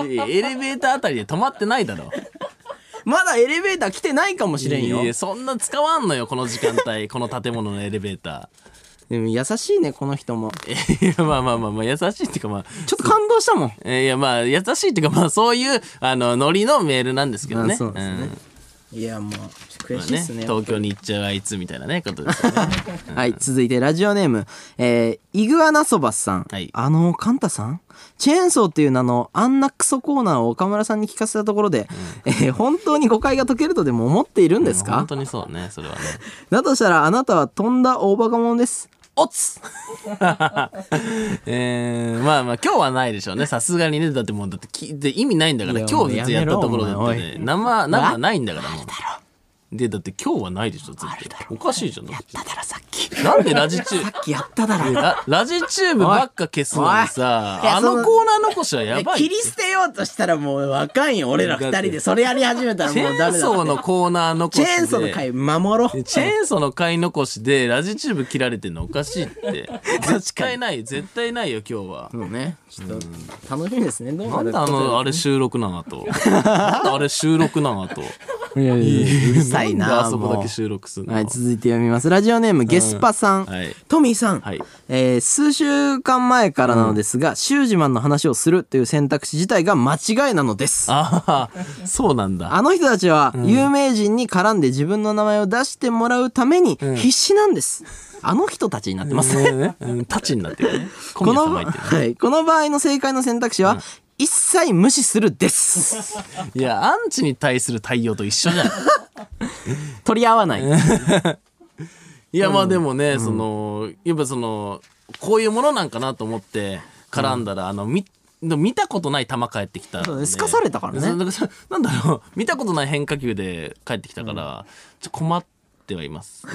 S1: いやいやエレベーターあたりで止まってないだろ
S2: まだエレベーター来てないかもしれんよ
S1: いや。そんな使わんのよこの時間帯この建物のエレベータ
S2: でも優しいね、この人も。
S1: ーいやまあまあまあまあ優しいっていうかまあ
S2: ちょっと感動したもん。
S1: えーいやまあ優しいっていうかまあそういうあのノリのメールなんですけどね
S2: あそうですねいや、も
S1: う
S2: う、
S1: ん
S2: 悔
S1: まあ
S2: しい
S1: ね
S2: ですね。
S1: 東京に行っちゃうあいつみたいなねことですよね
S2: はい、続いてラジオネーム、えー、イグアナソバスさん。
S1: はい
S2: あの、カンタさんチェーンソーっていう名のあんなクソコーナーを岡村さんに聞かせたところで、えー本当に誤解が解けるとでも思っているんですか
S1: 本、当にそうねそれ はね
S2: だとしたらあなたはとんだ大バカ者です。おつ
S1: えー、まあまあ今日はないでしょうねさすがにねだってもうだって聞いて意味ないんだから
S2: いや
S1: 今日別にやったところだ
S2: も
S1: っ
S2: うやめろ
S1: てね生生ないんだからもうでだって今日はないでしょ絶対おかしいじゃんだって
S2: だからさっき。
S1: なんでラジチュー
S2: さっきやっただろ。い
S1: ララジチューブばっか消すのにさ
S2: おいいや
S1: あのコーナー残しはや
S2: や
S1: ばい
S2: 切り捨てようとしたらもうわかんよ。俺ら二人でそれやり始めたら
S1: チ
S2: も
S1: ェ
S2: うダ
S1: ーン
S2: メだ
S1: ソー
S2: って。
S1: のコーナー残し
S2: チ
S1: で
S2: ェーンソーの回守ろう。
S1: チェーンソーの買い残しでラジチューブ切られてんのおかしいって 絶対ない絶対ないよ今日は
S2: そうね。ちょっと楽しみですね。どう
S1: なん
S2: る
S1: であのあれ収録なの となんであれ収録なのと
S2: いやいやうるさい
S1: んで
S2: な
S1: あそこだ
S2: も
S1: け
S2: う
S1: 収録するの、
S2: はい、続いて読みます。ラジオネーム、ゲスパさん。
S1: はい
S2: トミーさん、
S1: はい
S2: えー数週間前からなのですが、シュージマンの話をするという選択肢自体が間違いなのです。あ
S1: ああそうなんだ
S2: の人たちは、有名人に絡んで自分の名前を出してもらうために必死なんです。あの人たちになってますね。
S1: ね、うん、タチになってるね小
S2: こ
S1: 宮
S2: の、
S1: 様言ってるね
S2: はい、この場合の正解の選択肢は、一切無視す るです。
S1: いやアンチに対する対応と一緒じゃん
S2: 取り合わない。
S1: いやまあでもね、そのやっぱそのこういうものなんかなと思って絡んだら、あのみでも見たことない球返ってきた
S2: そう
S1: の
S2: ね
S1: です
S2: かされたからね
S1: そうだからなんだろう見たことない変化球で返ってきたから、ちょっと困ってはい ますね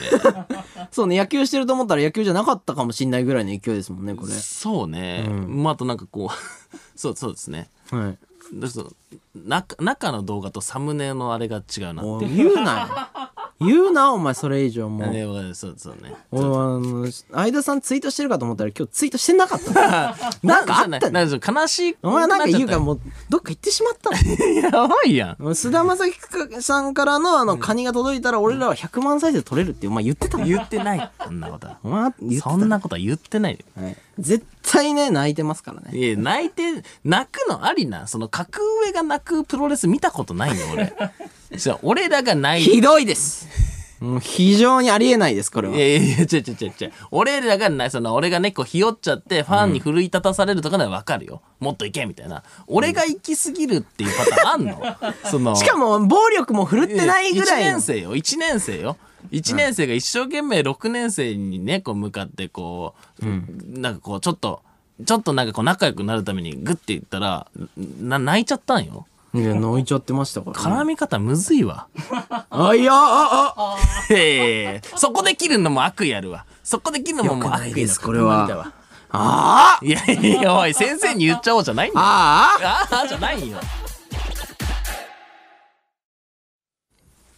S2: そうね、野球してると思ったら野球じゃなかったかもしんないぐらいの勢いですもんね、こ
S1: そうね、まああとなんかこう そうそうですね
S2: れ。はい。
S1: でその中中の動画とサムネのあれが違うな
S2: おい言うなよ。言うな、お前、それ以上もう。
S1: ねわかるそうそうね
S2: 俺はあの相田さんツイートしてるかと思ったら今日ツイートしてなかったのなんかあったね
S1: なんかそう悲しい
S2: お前なんか言うから
S1: も
S2: もうどっか行ってしまった
S1: やばいやん
S2: の菅田将暉さんからのあのカニが届いたら俺らは100万再生取れるってお前言ってたの
S1: 言ってないそんなことは
S2: お前言ってた
S1: そんなことは言ってないよ
S2: はい絶対ね泣いてますからね
S1: いや泣いて泣くのありなその格上が泣くプロレス見たことないよ俺 じゃ俺らが泣いて
S2: ひどいですもう非常にありえないですこれはい
S1: やいやいや違う違う違う違う俺らがないその俺がねこうひよっちゃってファンに奮い立たされるとかなら分かるよ、もっといけみたいな俺が行き過ぎるっていうパターンあん のその
S2: しかも暴力も振るってないぐらい
S1: 1
S2: の
S1: 年生よ1年生よ1年生が一生懸命6年生にねこう向かってこう、なんかこうちょっとちょっとなんかこう仲良くなるためにグッていったらな泣いちゃったんよ
S2: いや泣いちゃってましたからね
S1: 絡み方むずいわ、
S2: あいやあああ
S1: へえそこで切るのも悪意あるわそこで切るのももう悪意
S2: い
S1: の
S2: いですこれ
S1: 塊だわ
S2: はあー
S1: いやいやおい先生に言っちゃおうじゃないんだよ
S2: あー
S1: ああじゃないよ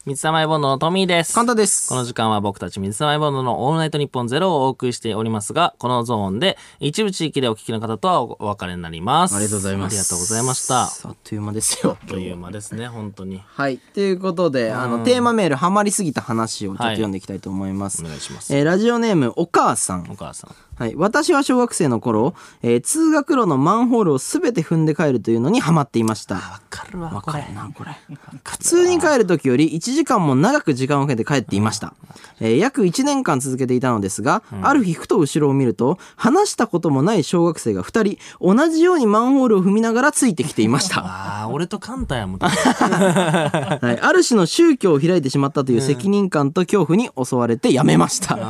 S1: 水溜りボンドのトミーです
S2: 簡単です
S1: この時間は僕たち水溜りボンドのオールナイトニッポンゼロをお送りしておりますが、このゾーンで一部地域でお聞きの方とはお別れになります。
S2: ありがとうございます。
S1: ありがとうございました。あ
S2: あっという間ですよ。
S1: っという間ですね、本当に。
S2: はい。ということで、あの、テーマメール、ハマりすぎた話をちょっと読んでいきたいと思います。
S1: お願いします。
S2: えーラジオネーム、お母さ
S1: お
S2: ん。
S1: 母さん。
S2: はい。私は小学生の頃、えー通学路のマンホールをすべて踏んで帰るというのにハマっていました。
S1: わかるわ、
S2: わ
S1: こ
S2: か
S1: れ
S2: る。な、これ。普通に帰る時より1時間も長く時間をかけて帰っていました。えー約1年間続けていたのですが、ある日ふと後ろを見ると、話したこともない小学生が2人、同じようにマンホールを踏みながらついてきていました。
S1: ああ、俺とカンタやもん。
S2: はい、ある種の宗教を開いてしまったという責任感と恐怖に襲われてやめました。な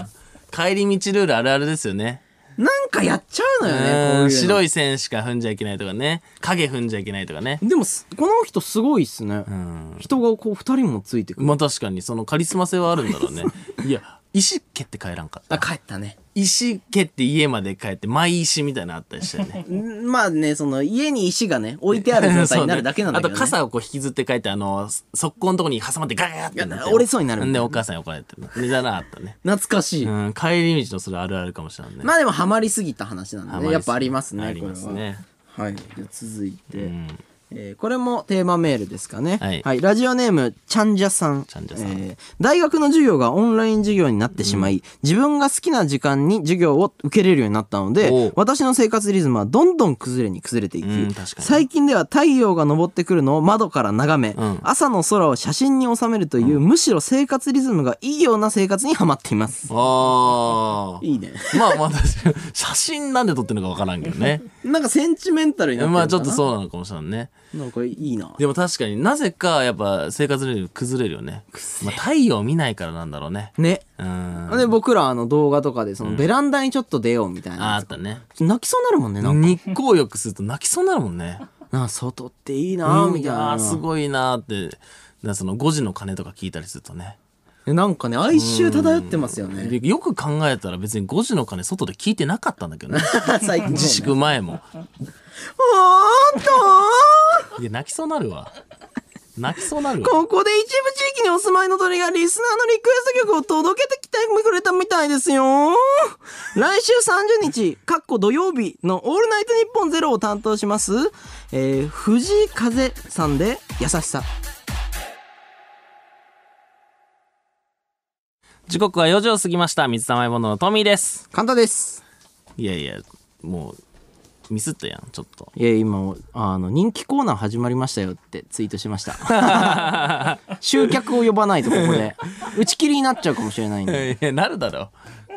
S1: あー帰り道ルールあるあるですよね。
S2: んかやっちゃうのよね、こう
S1: うん
S2: いうの
S1: 白い線しか踏んじゃいけないとかね。影踏んじゃいけないとかね。
S2: でもす、この人すごいっすね。
S1: うん。
S2: 人がこう、二人もついてくる。
S1: まあ確かに、そのカリスマ性はあるんだろう ね。いや、石蹴って帰らんかった。
S2: 帰ったね。
S1: 石蹴って家まで帰って、舞石みたいなのあったりしたよね。
S2: んまあね、その、家に石がね、置 いてある状態になるだけなんだ けど、
S1: そう
S2: ね。
S1: ねあと傘をこう引きずって帰って、あの、速攻のとこに挟まってガーってなって。
S2: 折れそうになる
S1: んで、お母さんに怒られてる。で、じゃなかったね。
S2: 懐かしい。
S1: うん、帰り道のそれあるあるかもしれないね。
S2: まあでも、ハマりすぎた話なんでね、やっぱありますね、
S1: ありますね。
S2: これは。はい。じゃあ続いて、
S1: うん。
S2: えーこれもテーマメールですかね。
S1: はい
S2: ラジオネーム、ちゃんじゃさん。
S1: ちゃんじゃさん
S2: ー大学の授業がオンライン授業になってしまい、自分が好きな時間に授業を受けれるようになったの
S1: お
S2: で
S1: う、
S2: 私の生活リズムはどんどん崩れに崩れていき、
S1: うん確かに
S2: 最近では太陽が昇ってくるのを窓から眺め、
S1: ん
S2: 朝の空を写真に収めるという、むしろ生活リズムがいいような生活にはまっています。
S1: あー。
S2: いいね。
S1: まあまあ確かに、写真なんで撮ってるのかわからんけど ね。
S2: なんかセンチメンタルになってるの
S1: ま
S2: かな
S1: あちょっとそうなのかもしれんね。
S2: う。なんかいいな。
S1: でも確かになぜかやっぱ生活レベル崩れるよ ね。まあ太陽見ないからなんだろうね。
S2: ね。
S1: うん。
S2: で、僕らあの動画とかで、そのベランダにちょっと出ようみたいな
S1: あ
S2: や
S1: あ
S2: つ
S1: っ。たね。
S2: 泣きそうになるもんねなんか
S1: 日光浴すると泣きそうになるもんね。
S2: なんか外っていいなぁみたい
S1: あ
S2: な
S1: ーすごいなーって。だからその5時の鐘とか聞いたりするとね。
S2: えなんかね哀愁漂ってますよね
S1: でよく考えたら別に5時の鐘外で聞いてなかったんだけどね
S2: 最近ね
S1: 自粛前も
S2: ほーんと
S1: いや泣きそうなるわ泣きそうなるわ
S2: ここで一部地域にお住まいの鳥がリスナーのリクエスト曲を届けてきてくれたみたいですよ。来週30日、かっこ土曜日のオールナイトニッポンゼロを担当します、えー、藤井風さんで優しさ。
S1: 時刻は4時を過ぎました水溜りボンドのトミーです
S2: 簡単です。
S1: いやいやもうミスったやんちょっと
S2: いや、今、あの、人気コーナー始まりましたよってツイートしました。集客を呼ばないとここで、打ち切りになっちゃうかもしれない んで。
S1: いやなるだろ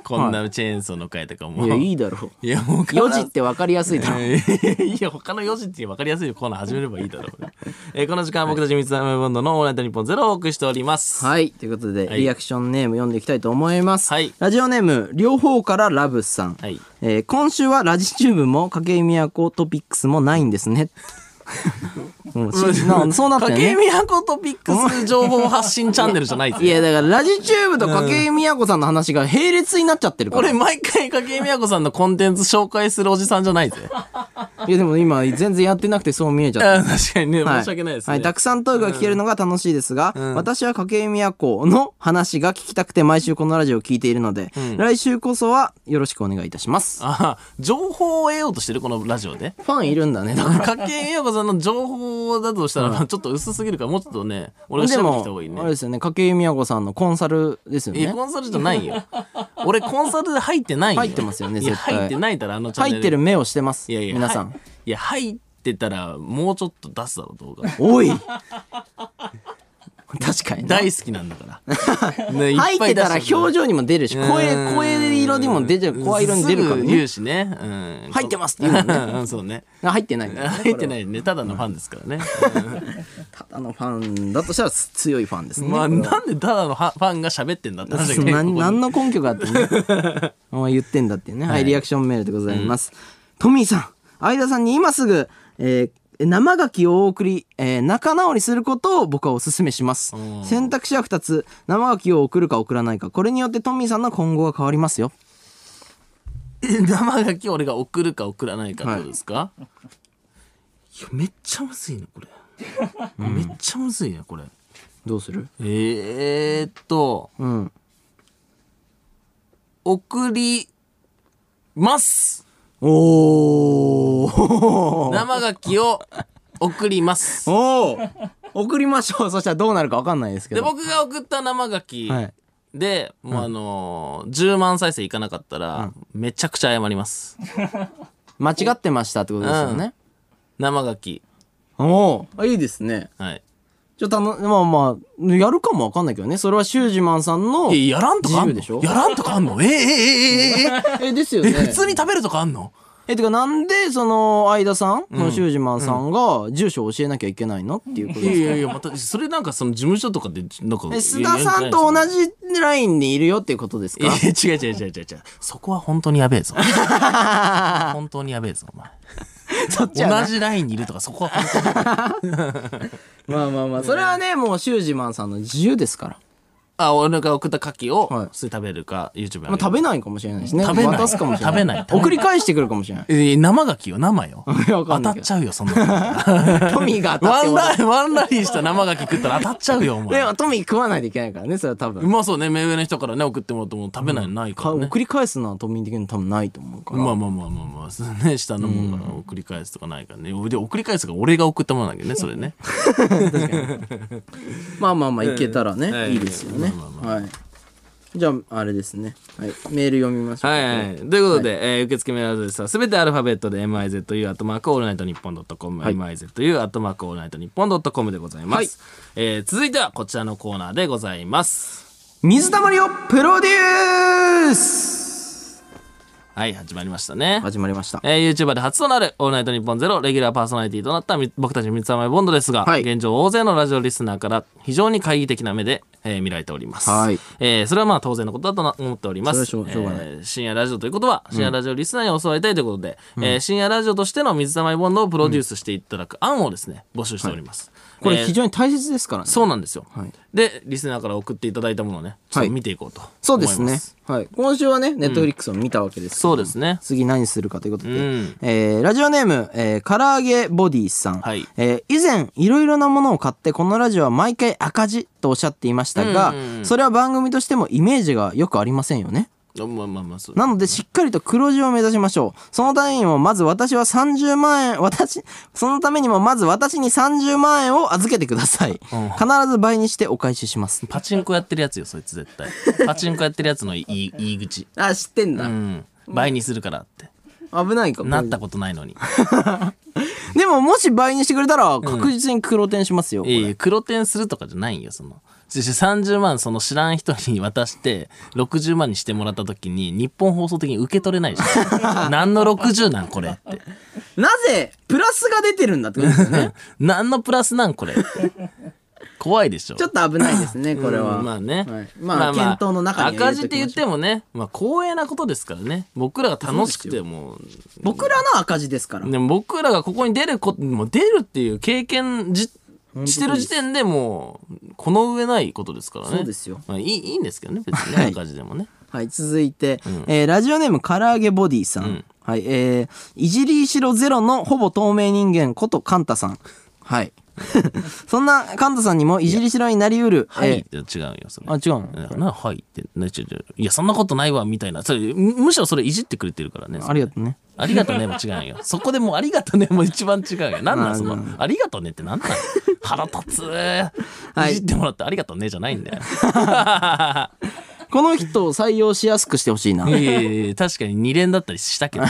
S1: こんなチェーンソーの回とかも
S2: いや、いいだろう。
S1: いやもう
S2: 4時って分かりやすいだろ う。
S1: いや、他の4時って分かりやすいコーナー始めればいいだろう。えーこの時間は僕たち三つ目ボンドのオールナイトニッポンゼロをお送りしております。
S2: はい。ということで、
S1: い
S2: リアクションネーム読んでいきたいと思います。
S1: はい
S2: ラジオネーム、両方からラブさん。
S1: はい。
S2: えー今週はラジチューブも、筧美和子トピックスもないんですね。 もうしなそうなったよ
S1: 筧
S2: ね。
S1: 美和子トピックス情報発信チャンネルじゃないっ
S2: い
S1: て。
S2: や、だからラジチューブと筧美和子さんの話が並列になっちゃってるから。
S1: 俺、毎回筧美和子さんのコンテンツ紹介するおじさんじゃないぜ。
S2: いや、でも今、全然やってなくてそう見えちゃった。
S1: あ確かにね、
S2: は
S1: 申し訳ないですね。
S2: はい、たくさんトークが聞けるのが楽しいですが、
S1: ん
S2: 私は筧美和子の話が聞きたくて毎週このラジオを聞いているので、来週こそはよろしくお願いいたします。
S1: あ情報を得ようとしてる、このラジオ で。
S2: ファンいるんだね、だから。
S1: 筧美和子さんの情報だとしたら、ちょっと薄すぎるから、もうちょっとね、俺が
S2: で
S1: 調べてき
S2: も
S1: た方がいいね
S2: あれ。ですよね筧美和子さんのコンサルですよ
S1: いや
S2: ね
S1: コンサルじゃないよ。 俺コンサルで入ってないよ。
S2: 入ってますよね
S1: いや
S2: 絶対
S1: 入ってないからあのチャンネル。
S2: 入ってる。目をしてます
S1: いやいや
S2: 皆さん、
S1: はいいや入ってたらもうちょっと出すだろう動画。
S2: おい 確かにな
S1: 大好きなんだ から。ね
S2: 入ってたら表
S1: 情
S2: 情にも出るし声声色にも出ちゃう声色に出るから
S1: 言
S2: ね
S1: うしね。うん
S2: 入ってますって言うもんね
S1: ん そう ね。
S2: 入ってないんだよね
S1: 入ってないね。ただのファンですからね。
S2: ただのファンだとしたら強いファンですね、
S1: まあなんでただのファンファンが喋ってんだって話だけ どね。
S2: 何
S1: ここに
S2: 何の根拠があってね お前言ってんだっていうねはい、リアクションメールでございます、トミーさん相田さんに今すぐ、えー生ガキをお送り、えー仲直りすることを僕はお勧めします
S1: うん
S2: 選択肢は2つ生ガキを送るか送らないかこれによってトミーさんの今後が変わりますよ
S1: 生ガキ俺が送るか送らないかってことですか、い、やめっちゃむずいなこれめっちゃむずいなこれ
S2: どうする
S1: えー、っと
S2: うん
S1: 送ります
S2: おー
S1: 生ガキ を送ります
S2: おー送りましょうそしたらどうなるか分かんないですけ
S1: で
S2: ど
S1: 僕が送った生ガキ
S2: はい、
S1: で、もうあのー10万再生いかなかったら、めちゃくちゃ謝ります
S2: 間違ってましたってことですよね、
S1: 生ガキ
S2: おおいいですね
S1: はい
S2: ちょっとあの、まあまあ、やるかもわかんないけどね。それはシュージマンさんの。
S1: えやらんとかあん
S2: 自由でしょ
S1: のやらんとかあんのえー、えー、えー、えー、えー、
S2: え、ですよ
S1: え
S2: ね。
S1: 普通に食べるとかあんの
S2: え、てかなんで、その、相田さん、このシュージマンさんが、住所を教えなきゃいけないのっていうこと
S1: いや
S2: です
S1: い
S2: か。
S1: やいや、また、それなんかその事務所とかで、なんか。
S2: え、須田さんと同
S1: じ。
S2: じラインにいるよっていうことです
S1: いや
S2: か
S1: 違う違う違う違う違う。そこは本当にやべえ ぞ。本当にやべえぞ、お前。
S2: そっちはな
S1: 同じラインにいるとか、そこは本当に。
S2: まあまあまあ、それはね、もうシュージマンさんの自由ですから。
S1: あ、俺が送った牡蠣を、
S2: はい
S1: 普通に食べるか、YouTube や
S2: まあ、食べないかもしれないしね。
S1: 食べない
S2: 渡すかもしれない。
S1: 食べない
S2: 送り返してくるかもしれない。
S1: え生牡蠣よ、生 よ。
S2: やわか
S1: 当
S2: ん
S1: た
S2: ない
S1: っ
S2: けど
S1: ちゃうよ、そんな の。
S2: トミーが当たっ
S1: ワ
S2: て
S1: ン
S2: もら
S1: ラリー、ワンラリーした生牡蠣食ったら当たっちゃうよ、お
S2: う。で
S1: 前。
S2: もトミー食わないといけないからね、それは多
S1: う
S2: 分。
S1: まそうね、目上の人からね、送ってもらっても食べないのないか
S2: から
S1: ね。
S2: 送り返すのはトミー的には多分ないと思うから。
S1: まあまあまあまあまあ、 そうね、下のもんから送り返すとかないからね。で、送り返すが俺が送ったものなんだけどね、それね。
S2: まあまあまあ、いけたらね、
S1: ええ
S2: いいですよね。
S1: まあま
S2: はい。じゃあ、あれですね。はい。メール読みましょう。
S1: はい、はい、ということで、えー受付メールアドレスはすべてアルファベットで mizu アットマークオールナイトニッポンドットコム
S2: はい
S1: mizu アットマークオールナイトニッポンドットコムでございます、えー続いてはこちらのコーナーでございます
S2: 水溜りをプロデュース
S1: はい始まりましたね、
S2: 始まりました。
S1: えー、YouTuber で初となる「オールナイトニッポンゼロレギュラーパーソナリティとなったみ僕たち三つ山ボンドですが、
S2: はい
S1: 現状大勢のラジオリスナーから非常に懐疑的な目で、えー見られております、
S2: はい
S1: えーそれはまあ当然のことだとな思っております
S2: それはしょうしょうがない
S1: えー深夜ラジオということは深夜ラジオリスナーに教わりたいということで、えー深夜ラジオとしての水溜りボンドをプロデュースしていただく案をですね募集しております、
S2: こ
S1: え
S2: れ
S1: ー
S2: 非常に大切ですからね。
S1: そうなんですよ、
S2: はい
S1: でリスナーから送っていただいたものをねちょっと見ていこうと思います、
S2: そうですね。はい。今週はね、ネットフリックスを見たわけですけど
S1: そうですね
S2: 次何するかということで、
S1: うん
S2: えーラジオネーム、えー、唐揚げボディさん、
S1: はい
S2: えー以前いろいろなものを買ってこのラジオは毎回赤字とおっしゃっていましたが、
S1: うん
S2: それは番組としてもイメージがよくありませんよね
S1: まあまあまあそう
S2: なのでしっかりと黒字を目指しましょうそのためにもまず私は30万円私そのためにもまず私に30万円を預けてください、必ず倍にしてお返しします
S1: パチンコやってるやつよそいつ絶対 パチンコやってるやつの言い言い口
S2: あ知ってん
S1: う
S2: だ、
S1: ん倍にするからって
S2: 危ないか
S1: なったことないのに
S2: でももし倍にしてくれたら確実に黒点しますよ、これ
S1: ええ黒点するとかじゃないんよそのそして30万その知らん人に渡して60万にしてもらった時に日本放送的に受け取れないじ ゃん何の60なんこれって
S2: なぜプラスが出てるんだってことですよね
S1: 何のプラスなんこれって怖いでしょ
S2: ちょっと危ないですねこれは、
S1: うんまあね、
S2: はいまあ検討の中には
S1: 赤
S2: 入れ
S1: 字
S2: と
S1: っ
S2: きまし
S1: て言
S2: ょう
S1: ってもね、まあ、光栄なことですからね僕らが楽しくても
S2: 僕らの赤字ですから、
S1: でも僕らがここに出ることもう出るっていう経験じしてる時点でもうこの上ないことですからね
S2: そうですよ、
S1: まあ、いいいいんですけどね別にね、
S2: はい
S1: 赤字でもね
S2: はい続いて、えーラジオネーム唐揚げボディさん、はいえー、いじりしろゼロのほぼ透明人間ことカンタさんはい そんなカンタさんにもいじりしろになりうる
S1: はい、
S2: え
S1: って違うよそれ
S2: ーあ違うの
S1: だからなはいってなちょちょいやそんなことないわみたいなそれむむしろそれいじってくれてるからね
S2: ありがとうね
S1: ありがとねも違う よ。そこでもうありがとねも一番違うよ。なん
S2: ま
S1: な
S2: あ
S1: んその、ありがとねって なんなん腹立つ。
S2: い
S1: いじってもらってありがとねじゃないんだよ。
S2: この人を採用しやすくして ほしいない
S1: やいやいや確かに二連だったりしたけど、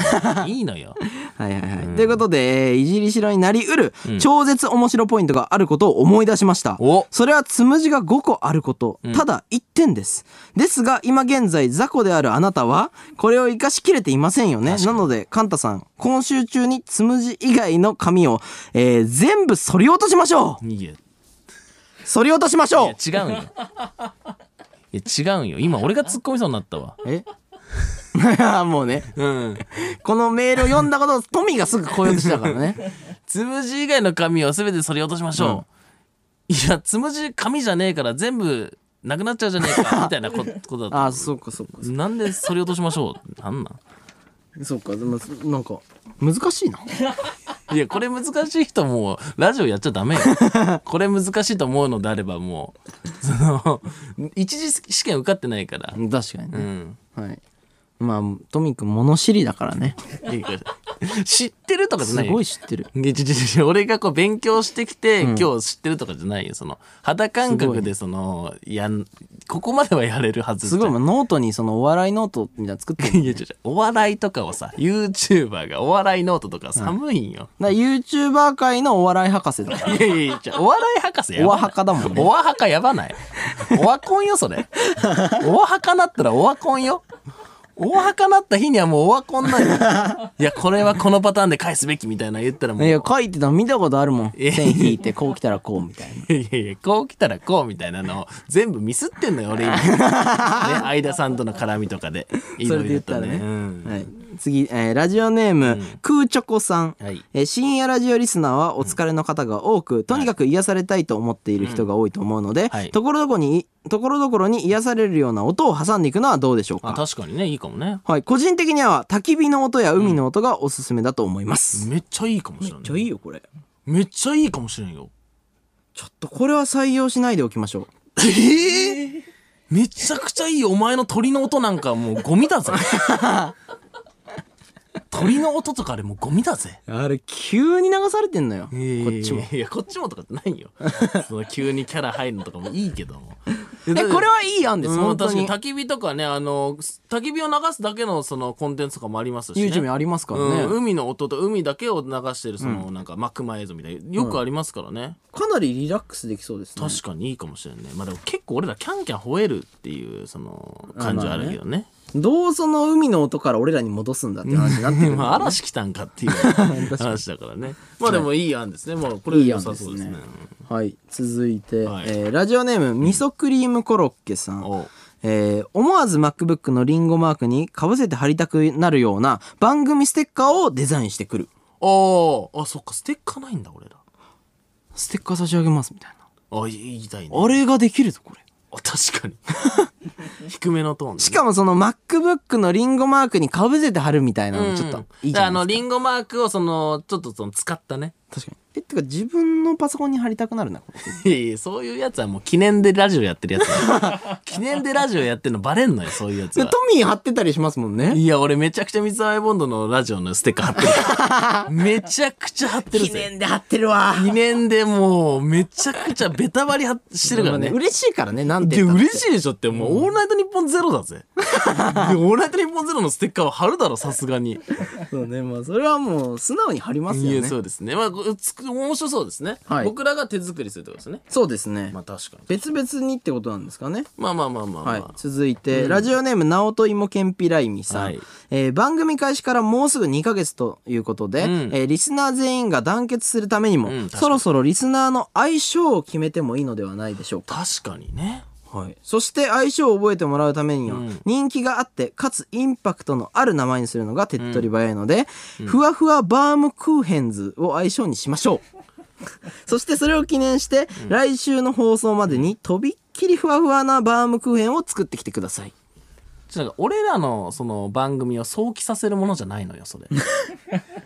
S1: いいのよ。
S2: はいはいはい。ということで、えーいじりしろになりうる、超絶面白ポイントがあることを思い出しました。
S1: お
S2: それはつむじが5個あること、ただ1点です。ですが、今現在、雑魚であるあなたは、これを活かしきれていませんよね。なので、カンタさん、今週中につむじ以外の髪を、えー全部剃り落としましょう
S1: いや、い
S2: 剃り落としましょう
S1: や違うんよ。いや、違うんよ。今俺が突っ込みそうになったわ。
S2: え いやもうね、
S1: うん。
S2: このメールを読んだことをトミーがすぐ超えようとしたからね。
S1: つむじ以外の髪を全て剃り落としましょう。いや、つむじ髪じゃねえから全部なくなっちゃうじゃねえか、みたいなこことだった。
S2: あ、そうかそうか。
S1: なんで剃り落としましょうなんなん
S2: そうか、でも、なんか、難しいな。
S1: いや、これ難しい人もう、ラジオやっちゃダメよ。これ難しいと思うのであればもう、その、一次試験受かってないから。
S2: 確かに
S1: う
S2: ね、
S1: ん。
S2: はいまあトミーくん物知りだからね
S1: いいから知ってるとかじゃ
S2: す
S1: ないよ
S2: ごい。知ってる
S1: いやちょちょちょ俺がこう勉強してきて、今日知ってるとかじゃないよ。その、肌感覚でその、やん、ここまではやれるはずじ
S2: す
S1: ゃん
S2: ごいもうノートにそのお笑いノートみたいなの作ってるだか
S1: いや、ちょちょ、お笑いとかをさ、YouTuber がお笑いノートとか寒いんよ。
S2: ら YouTuber 界のお笑い博士だから
S1: いやいやいやちょ、お笑い博士やば
S2: お
S1: い
S2: わはかだも んね
S1: おわはかやばない。オワコンよ、それ。おわはかなったらオワコンよ。おわはかなった日にはもうオワコンなんよ。いや、これはこのパターンで返すべきみたいな言ったらもう。
S2: い
S1: い
S2: や書いてたの見たことあるもん
S1: いや
S2: 線引いてこう来たらこうみたいな
S1: やいやいや、こう来たらこうみたいなのを全部ミスってんのよ、 俺今。ね、相田さんとの絡みとかで。い
S2: そ
S1: ろ
S2: れ
S1: い
S2: で
S1: ろ
S2: 言っ
S1: と
S2: たらね、
S1: うん
S2: はい、次、えーラジオネーム、クーチョコさん、
S1: はい
S2: えー深夜ラジオリスナーはお疲れの方が多く、とにかく癒されたいと思っている人が多いと思うので、
S1: はい
S2: ところどころにところどころに癒されるような音を挟んでいくのはどうでしょう
S1: あ、
S2: か
S1: 確かにね、いいかもね。
S2: はい、個人的には焚き火の音や海の音がおすすめだと思います。
S1: めっちゃいいかもしれない。
S2: いよこれ。
S1: めっちゃいいかもしれんよ。
S2: ちょっとこれは採用しないでおきましょ
S1: ええめちゃくちゃいいお前の鳥の音なんかもうゴミ だぜ鳥の音とかあれもうゴミだぜ
S2: う。あれ急に流されてんのよ。こ
S1: こ
S2: っちも。
S1: いやこっちもとかってないよその急にキャラ入るのとかもいいけどもえ
S2: えこれはいい案です。
S1: うん
S2: 本当
S1: 確か
S2: に
S1: に焚き火とかねあの焚き火を流すだけのそのコンテンツとかもありますし、ね、
S2: YouTube にありますからね、
S1: うん海の音と海だけを流してるその、なんか幕前映像みたいなよくありますからね、
S2: かなりリラックスできそうですね。
S1: 確かにいいかもしれない、まあでも結構俺らキャンキャン吠えるっていうその感じはあるけどね
S2: どうその海の音から俺らに戻すんだって話になって る、
S1: まあ、嵐来たんか っていう話だからね。まあでもいい案ですね。もうこれ良さそうです
S2: いい
S1: ね
S2: 案。はい続いて、
S1: はい
S2: えーラジオネームみそクリームコロッケさん、
S1: おう
S2: えー思わず MacBook のリンゴマークにかぶせて貼りたくなるような番組ステッカーをデザインしてくる
S1: おーあ、そっか、ステッカーないんだ、俺ら。
S2: ステッカー差し上げますみたいな
S1: あ、言いたいね。
S2: あれができるぞこれ
S1: あ確かに。 低めのトーンでね、
S2: しかもその MacBook のリンゴマークにかぶせて貼るみたいな
S1: う
S2: の
S1: ん
S2: ちょっといいじ
S1: だから
S2: ゃ
S1: あ
S2: な
S1: の、
S2: いです
S1: リンゴマークをその、ちょっとその、使ったね。
S2: か確かにえってか自分のパソコンに貼りたくなるなこ れ
S1: いやいやそういうやつはもう記念でラジオやってるやつ だ記念でラジオやってるのバレんのよ、そういうやつ
S2: で
S1: は
S2: ト。ミー貼ってたりしますもんね
S1: いや、俺めちゃくちゃ三沢アイボンドのラジオのステッカー貼 ってる。めちゃくちゃ貼ってる
S2: 記
S1: ぜ。
S2: 念で貼ってるわ
S1: 記念でもう、めちゃくちゃベタバリ貼っしてるから ね。
S2: 嬉しいからねなんて
S1: で、
S2: 言ったって
S1: 嬉しいでしょって、もう、オールナイトニッポンゼロだ ぜ。で、オールナイトニッポンゼロのステッカーは貼るだろ、さすがに。
S2: そうねまあそれはもう素直に貼ります
S1: い
S2: よ
S1: や、
S2: ね
S1: そうですね。まあ、こうつく面白そうですね。
S2: はい
S1: 僕らが手作りするってことですね。
S2: そうですね
S1: まあ、確かに。
S2: 別々にってことなんですかね
S1: まあまあまあまあま
S2: はい
S1: あ。、
S2: 続いて、ラジオネームなおといもけんぴらいみさん、
S1: はい
S2: えー番組開始からもうすぐ2ヶ月ということで、
S1: うん
S2: えーリスナー全員が団結するためにも、
S1: うん確かに
S2: そろそろリスナーの相性を決めてもいいのではないでしょうか、
S1: 確かにね。
S2: はい、そして相性を覚えてもらうためには、
S1: うん
S2: 人気があってかつインパクトのある名前にするのが手っ取り早いので、ふわふわバームクーヘンズを相性にしましょう そしてそれを記念して、来週の放送までにとびっきりふわふわなバームクーヘンを作ってきてください
S1: ちょなんか俺らのその番組を想起させるものじゃないのよ、 それ。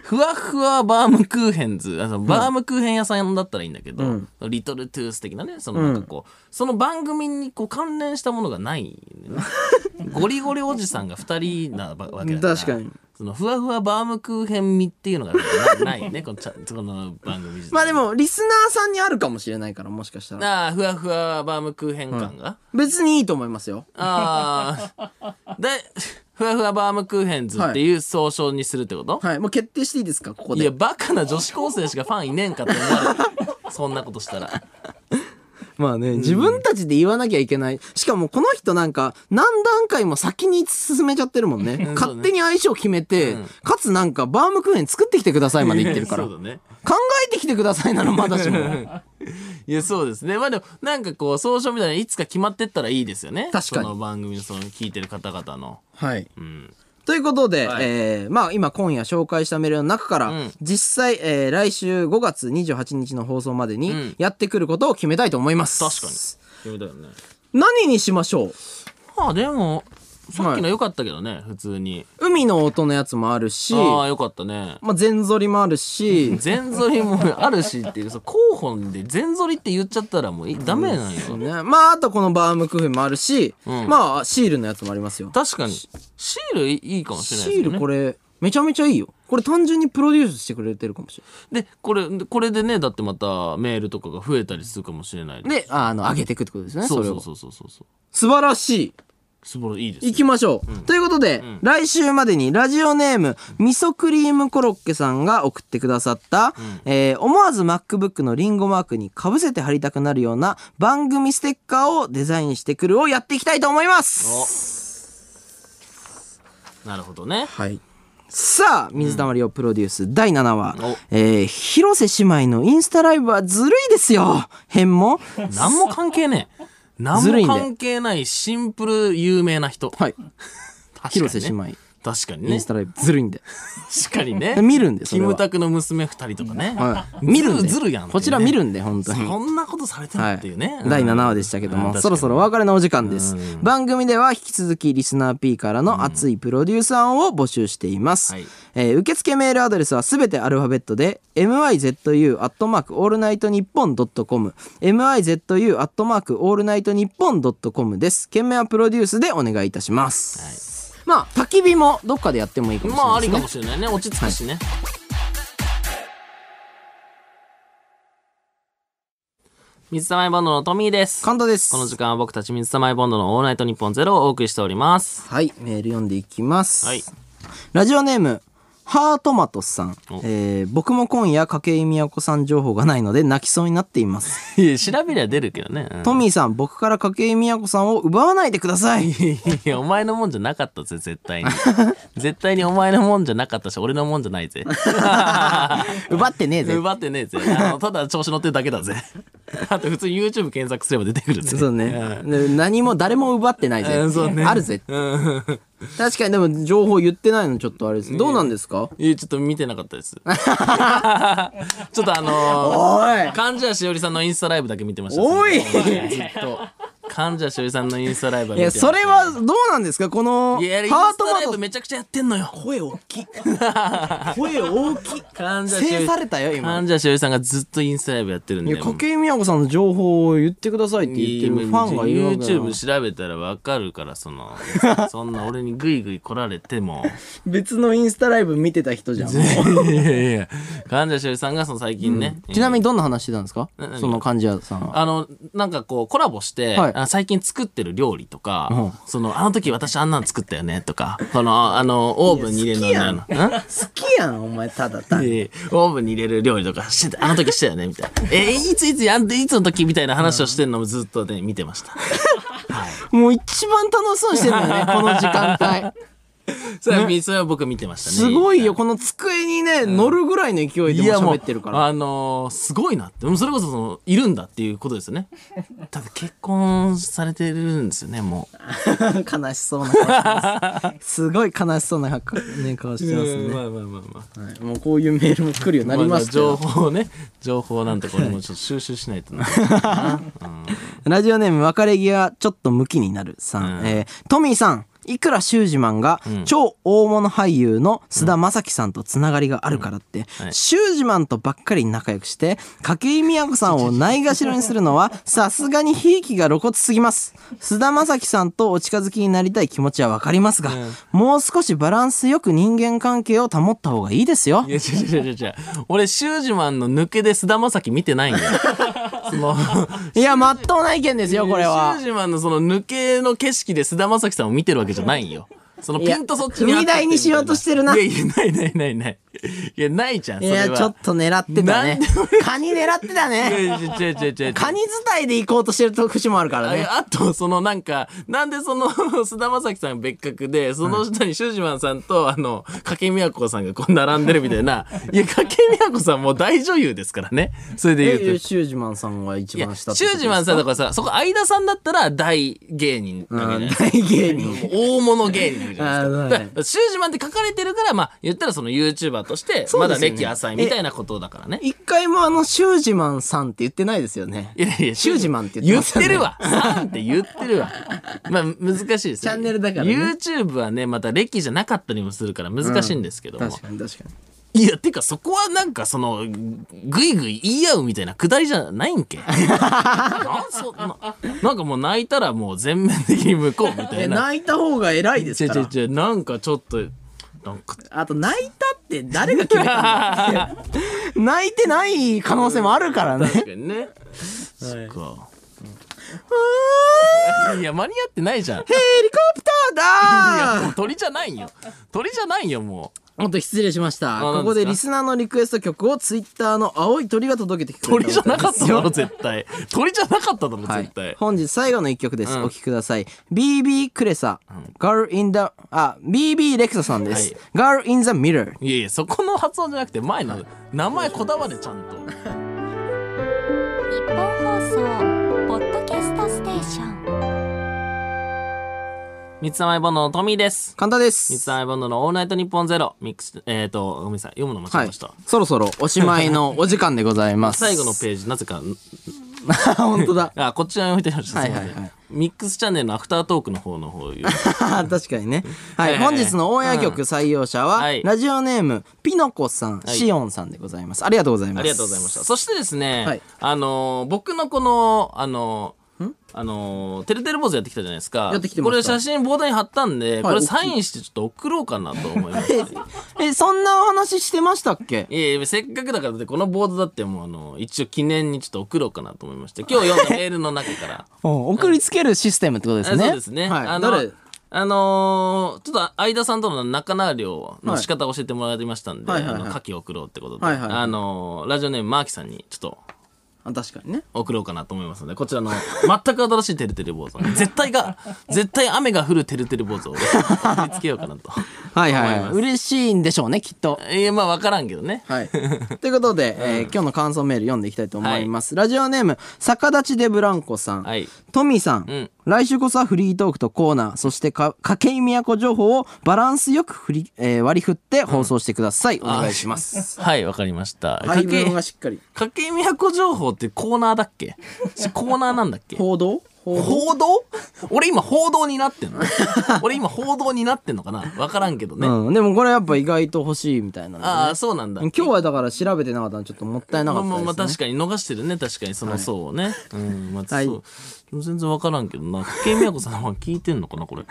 S1: ふわふわバームクーヘンズ、あのバームクーヘン屋さんだったらいいんだけど、リトルトゥース的なね、そのなんかこう、その番組にこう関連したものがない、 ね。ゴリゴリおじさんが2人なわわけだから。
S2: 確かに。
S1: そのふわふわバームクーヘン味っていうのがなないね、このちゃこの番組自体
S2: まあでもリスナーさんにあるかもしれないからもしかしたら
S1: ああ、ふわふわバームクーヘン感が、
S2: 別にいいと思いますよ
S1: ああ。で、ふわふわバームクーヘンズっていう総称にするってこと、
S2: はいもう決定していいですかここ
S1: い、や、
S2: で
S1: バカな女子高生しかファンいねえんかって思われる。 そんなことしたら。
S2: まあね自分たちで言わなきゃいけないしかもこの人なんか何段階も先に進めちゃってるもんね
S1: ね
S2: 勝手に相性決めて、かつなんかバームクーヘン作ってきてくださいまで言ってるから
S1: そうだね。
S2: 考えてきてくださいならまだしも
S1: いや、そうですね。まあでも、なんかこう、総称みたいないつか決まってったらいいですよね。
S2: 確かに
S1: その番組のその聞いてる方々の。
S2: はい
S1: うん。
S2: ということで、
S1: はい
S2: えーまあ今今夜紹介したメールの中から、
S1: うん
S2: 実際、えー来週5月28日の放送まで
S1: う
S2: に
S1: ん
S2: やってくることを決めたいと思います。
S1: 確かに。そうだよね。
S2: に。何にしましょう
S1: まあでも、さっきの良かったけどね、普通に。
S2: 海の音のやつもあるし、
S1: ああ、良かったね。
S2: まあ全ぞりもある し、
S1: 全ぞりもあるしっていう、そう候補で全ぞりって言っちゃったらもういダメなんよ。
S2: ね、まああとこのバームクーヘンもあるし、
S1: うん
S2: まあシールのやつもありますよ。
S1: 確かに。シールいいかもしれないですよ
S2: シ
S1: ね。
S2: ールこれめちゃめちゃいいよ。これ単純にプロデュースしてくれてるかもし
S1: で、これ、これでね、だってまたメールとかが増えたりするかもしれない。
S2: れない。で、あの、上げていくってことですね、
S1: そ
S2: そうれ
S1: そ
S2: を
S1: う。そうそうそうそう。
S2: 素晴らしい。
S1: すごいいいですね。
S2: 行きましょう。ということで、来週までにラジオネーム、味噌クリームコロッケさんが送ってくださった、えー思わず MacBook のリンゴマークにかぶせて貼りたくなるような番組ステッカーをデザインしてくるをやっていきたいと思います
S1: なるほどね。
S2: はい。さあ、水溜りをプロデュース第7話、
S1: お
S2: えー広瀬姉妹のインスタライブはずるいですよ編 も
S1: 何も関係ねえ。何
S2: ずるい
S1: も
S2: んで
S1: 関係ないシンプル有名な人。
S2: はい。
S1: 確かに、ね。
S2: 広瀬姉妹、
S1: 確かに
S2: イ
S1: ね
S2: ンス。タライブずるいんで。
S1: 確かにね。
S2: 見るんでそ
S1: キ
S2: れは
S1: ムタクの娘二人とかね。
S2: はい、見るんで。
S1: ずるずるやんっていうね
S2: こちら見るんで、本当に。
S1: そんなことされてるっていうね。
S2: 第7話でしたけども、そろそろお別れのお時間です、番組では引き続きリスナー P からの熱いプロデューサーを募集しています、
S1: はい
S2: えー受付メールアドレスはすべてアルファベットで myzu.allnightnippon.com myzu.allnightnippon.com です件名はプロデュースでお願いいたします、まあ焚き火もどっかでやってもいいかもし
S1: まあ
S2: れ
S1: あ
S2: ないで
S1: りかもし
S2: すね
S1: れないね。落ち着くしね。水溜りボンドのトミーです。こ
S2: 神田です
S1: の時間は僕たち水溜りボンドのオールナイトニッポンゼロをお送りしております。
S2: はい、メール読んでいきます。
S1: はい
S2: ラジオネーム、ハートマトスさん
S1: お。
S2: えー、僕も今夜、筧美和子さん情報がないので、泣きそうになって います。
S1: いや調べりゃ出るけどね。うん
S2: トミーさん、僕から筧美和子さんを奪わないでくださ い。
S1: いや、お前のもんじゃなかったぜ、絶対 に。絶対にお前のもんじゃなかったし、俺のもんじ ゃないぜ。
S2: 奪ってねえぜ。
S1: 奪ってねえぜ。あのただ調子乗ってるだけだぜ。あと普通に YouTube 検索すれば出てくるぜ
S2: そうね。で何も、誰も奪ってないぜ。
S1: うんそうね
S2: あるぜ。
S1: うん
S2: 確かに、でも情報言ってないのちょっとあれです。どうなんですか
S1: いやちょっと見てなかった ですちょっとあの
S2: おい
S1: ー、貫地谷しおりさんのインスタライブだけ見てました
S2: おい
S1: ずっと貫地谷しおりさんのインスタライブはい見てま
S2: や、
S1: した
S2: それはどうなんですかこの、ハ
S1: いやイ
S2: ー
S1: ンス
S2: ト
S1: タ
S2: マ
S1: ライブ
S2: ト。
S1: めちゃくちゃやってんのよ
S2: 声大きい。 声大き い。
S1: 患者
S2: 制されたよ、今。
S1: 患者しおりさんがずっとインスタライブやってるん
S2: い
S1: で
S2: や、筧美和子さんの情報を言ってくださいって言ってるファンがいるわけだから
S1: YouTube 調べたらわかるからそ のそんな俺にグイグイ来られても
S2: 別のインスタライブ見てた人じゃん。
S1: いやいや患者しおりさんがその最近ね、
S2: ちなみにどんな話してたんですか
S1: な何が
S2: その患者さんは。
S1: あの、なんかこう、コラボして、
S2: はい
S1: あ最近作ってる料理とか、
S2: うん
S1: その、あの時私あんなん作ったよね、とか、この、あの、オーブンに入れるの
S2: いや好
S1: みたいな
S2: 好きやん、お前、ただた
S1: んでオーブンに入れる料理とかしてた、あの時してたよね、みたい な。えいついつやんで、いつの時みたいな話をしてるのもずっとね、見てま した。
S2: もう一番楽しそうにしてるのよ ね、この時間帯。
S1: それは、それは僕見てましたね。
S2: すごいよ、この机にね、乗るぐらいの勢いで
S1: い
S2: も
S1: や
S2: う
S1: もう
S2: 喋ってるから。
S1: あのーすごいなって。でもそれこそその、いるんだっていうことですよね。ただ結婚されてるんですよね、もう。
S2: 悲しそうな顔してます。 すごい悲しそうな顔,、ね、顔してます
S1: うん
S2: ね、
S1: まあまあまあまあ。
S2: はいもうこういうメールも来るようになりました
S1: 情
S2: よ。
S1: 報をね 情報をなんとか俺もちょっと収集しない とな
S2: ラジオネーム別れ際ちょっとムキになるさん、
S1: うん
S2: えートミーさんいくらシュージマンが
S1: ん
S2: 超大物俳優の菅田将暉さんとつながりがあるからって、
S1: はい
S2: シュージマンとばっかり仲良くして筧美和子さんをないがしろにする のはさすがにひいきが露骨すぎます菅田将暉さんとお近づきになりたい気持ちはわかりますが、
S1: うん
S2: もう少しバランスよく人間関係を保った方がいいですよ
S1: いや違う違う違う違う俺シュージマンの抜けで菅田将暉見てないんだ よその
S2: いやまっとうな意見ですよこれは
S1: シュージマンのその抜けの景色で菅田将暉さんを見てるわけじゃないよそのピンとそっちに合っ
S2: いや踏み台にしようとしてるない
S1: やいやないないないないいやないじゃん
S2: い
S1: それは
S2: や、ちょっと狙ってたね
S1: なんで。
S2: カニ狙ってた
S1: いやい
S2: ね。
S1: や違う違う違う違う
S2: カニ伝いで行こうとしてる節もあるからね。
S1: ああと、そのなんか、なんでその、 菅田将暉さん別格で、その下にシュージマンさんと、あの、筧美和子さんがこう並んでるみたい な。いや、筧美和子さんもう大女優ですからね。それで
S2: え
S1: 言うと。
S2: シュージマンさんが一
S1: いや、
S2: 番
S1: シ
S2: 下
S1: ュ
S2: ってこと
S1: ージマンさん
S2: で
S1: とかさ、そこ、相田さんだったら大芸人なわけじゃないですすか
S2: か。うん大芸人。
S1: 大物芸人じゃないです
S2: あー
S1: か。
S2: そ
S1: だ
S2: うね
S1: からシュージマンって書かれてるから、まあ、言ったらその YouTuber として、
S2: そう
S1: ま
S2: で
S1: だ
S2: すよね
S1: 歴浅いみたいなことだからね。
S2: 一回もあの、シュージマンさんって言ってないですよね。
S1: いやいや、
S2: シュージマンって言ってますよね
S1: 言ってるわ。さんって言ってるわ。まあ、難しいですね。チ
S2: ャンネルだからね
S1: YouTube はね、また歴じゃなかったりもするから難しいんですけども。
S2: 確かに確かに。
S1: いや、てかそこはなんかその、ぐいぐい言い合うみたいなくだりじゃないんけ。なんそんな、なんかもう泣いたらもう全面的に向こうみた
S2: え
S1: いな。
S2: 泣いた方が偉いで
S1: ち
S2: す
S1: ょ
S2: か
S1: ちょ
S2: ら。
S1: ちょ、なんかちょっと、なんか、
S2: あと、泣いたって誰が決めたんだ 泣いてない可能性もある からね。
S1: 確かにね。そっか。いや、間に合ってないじゃん。
S2: ヘリコプターだ
S1: もう鳥じゃないよ。鳥じゃないよ、もう。
S2: 本当失礼しました。
S1: あ
S2: ここでリスナーのリクエスト曲をツイッターの青い鳥が届けてくれた
S1: 鳥じゃなかっただ
S2: ん
S1: ろ、
S2: ですよ
S1: 絶対。鳥じゃなかっただろ、絶
S2: はい
S1: 対。
S2: 本日最後の一曲です。
S1: うん
S2: お聴きください。BB クレサ、Girl in the、あ、BB レクサさんです。Girl in the Mirror。
S1: いやいや、そこの発音じゃなくて、前の名前こだわれ、ちゃんと。
S3: 日本放送ポッドキャストステーション
S1: 三つ前ボンドのトミーです。
S2: 簡単で
S1: 三つ
S2: す。
S1: 前ボンドのオールナイトニッポンゼロ、ミックス、えっ、ー、と、ごめんなさい、読むの間違
S2: は
S1: え
S2: い
S1: ました。。
S2: そろそろおしまいのお時間でございます。
S1: 最後 のページ、なぜか、
S2: ージ。本当だ。
S1: あ、こっちに置いてありました。
S2: はいはいはい
S1: すませんミックスチャンネルのアフタートークの方の方を言う。
S2: 確かにね。は
S1: え
S2: い。
S1: え
S2: 本日のオンエア曲採用者
S1: うん
S2: は
S1: はい、
S2: ラジオネーム、ピノコさん、
S1: い
S2: シオンさんでございます。ありがとうございます。
S1: ありがとうございました。そしてですね、
S2: はい
S1: あのー僕のこの、あのーあのーてるてる坊主やってきたじゃないですか。
S2: やってきて
S1: こ
S2: ました
S1: れ写真ボードに貼ったんで、これサインしてちょっと送ろうかなと思います。
S2: え、えそんなお話してましたっけ
S1: いやいや、せっかくだから、だってこのボードだってもうあの、一応記念にちょっと送ろうかなと思いまして、今日読んだメールの中から。
S2: 送りつけるシステムってこと ですね。
S1: あそうですね。
S2: はい、
S1: あの
S2: 誰
S1: あのーちょっと相田さんとの仲直りをの仕方を教えてもらいましたんで、
S2: はいはいはいはい
S1: あの、牡蠣を送ろうってことで、
S2: はいはいはい
S1: あのーラジオネームマーキさんにちょっと
S2: あ確かにね
S1: 送ろうかなと思いますので、こちらの 全く新しいてるてる坊主、絶対が、絶対雨が降るてるてる坊主を 見つけようかなと。
S2: はいはい、
S1: 思い
S2: は
S1: ま
S2: い、
S1: す
S2: 嬉しいんでしょうねきっと
S1: いや、まあわからんけどね。
S2: はい。ということ で、えー今日の感想メール読んでいきたいと思います。ラジオネーム、逆立ちでブランコさん。
S1: はい。
S2: トミーさん,、
S1: ん
S2: 来週こそはフリートークとコーナー、そしてか、筧美都情報をバランスよく振り、えー割り振って放送してください。お願いし ます。
S1: はい、わかりました。
S2: 配
S1: 家
S2: 分
S1: 計
S2: が、しっかり。
S1: 家計都情報ってコーナーだっけしコーナーなんだっけ
S2: 報道報道
S1: 報道俺今報道になってんの俺今報道になってんのかなわからんけどね。
S2: うん。でもこれやっぱ意外と欲しいみたいなんでね、
S1: ああ、そうなんだ。
S2: 今日はだから調べてなかったのでちょっともったいなかったです、
S1: まあ
S2: ね。
S1: まあまあ確かに逃してるね確かにその層をね、うんまあ、
S2: はい
S1: そうでも全然分からんけどな筧美子さんは聞いてんのかなこれ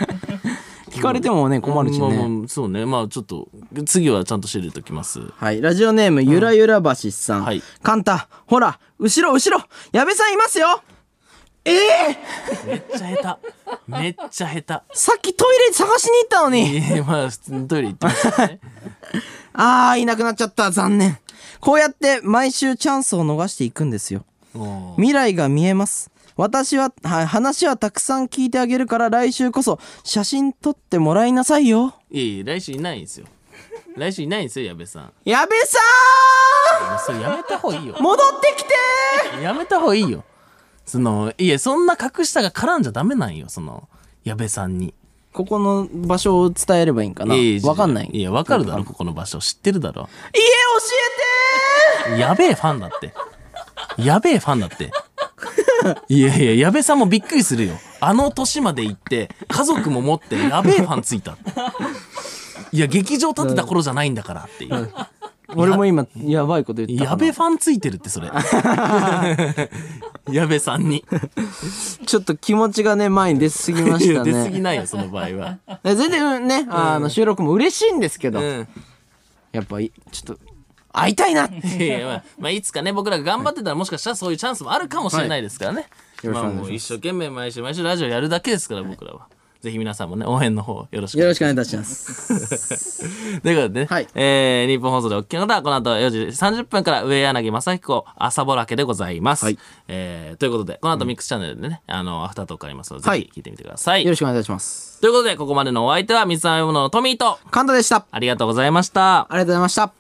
S2: 聞かれてもね、困るしね。
S1: まあまあそうねまあちょっと次はちゃんと知れときます
S2: はい。ラジオネーム、ゆらゆらばしさん。
S1: はい
S2: カンタ、ほら、後ろ、後ろ、矢部さんいますよええ
S1: めっちゃ下手めっちゃ下
S2: さっきトイレ探しに行ったの
S1: 手
S2: に。
S1: いやまあ普通にトイレ行ってましたね
S2: あー、いなくなっちゃった。残念。こうやって毎週チャンスを逃していくんですよ。
S1: も う
S2: 未来が見えます。私は、は話はたくさん聞いてあげるから来週こそ写真撮ってもらいなさいよ。
S1: いやいや来週いないんですよ来週いないんですよ矢部さん
S2: 矢部さ
S1: もうそれやめた方がいいよ
S2: ーん戻ってきて
S1: やめた方がいいよそのいやそんな格下が絡んじゃダメなんよその矢部さんに
S2: ここの場所を伝えればいいんかなわかんない。
S1: いや、わかるだろ、ここの場所。知ってるだろ。
S2: 家教えて
S1: やべえファンだって。やべえファンだって。いやいや、矢部さんもびっくりするよ。あの年まで行って、家族も持って、やべえファンついた。いや、劇場建てた頃じゃないんだからっていう。
S2: ー俺も今、やばいこと言ったかな
S1: やべえファンついてるって、そ れ。矢部さんに。
S2: ちょっと気持ちがね、前に出すぎま
S1: い
S2: し
S1: や
S2: た
S1: 出すぎ
S2: ね。
S1: ないよ、その場合は。
S2: 全然うんね、あの、収録も嬉しいんですけど、
S1: うん。
S2: やっぱい、ちょっと、会いたいなって
S1: いやいやまあ、まあ、いつかね、僕らが頑張ってたら、もしかしたらそういうチャンスもあるかもしれないですからね。
S2: よろしくお願いしま
S1: も
S2: す
S1: う一生懸命毎週毎週ラジオやるだけですから、僕らは。ぜひ皆さんもね、応援の方よろしく。
S2: よろしくお願いいたします。
S1: ということでね、
S2: はい
S1: えー、日本放送でお聞きの方は、この後4時30分から上柳正彦朝ぼらけでございます。
S2: はい
S1: えー、ということで、この後ミックスチャンネルでね、あの、アフタートークありますので、
S2: はい
S1: ぜひ聞いてみてください。
S2: よろしくお願いいたします。
S1: ということで、ここまでのお相手は、水溜りボンドのトミーと、
S2: カンタでした。
S1: ありがとうございました。
S2: ありがとうございました。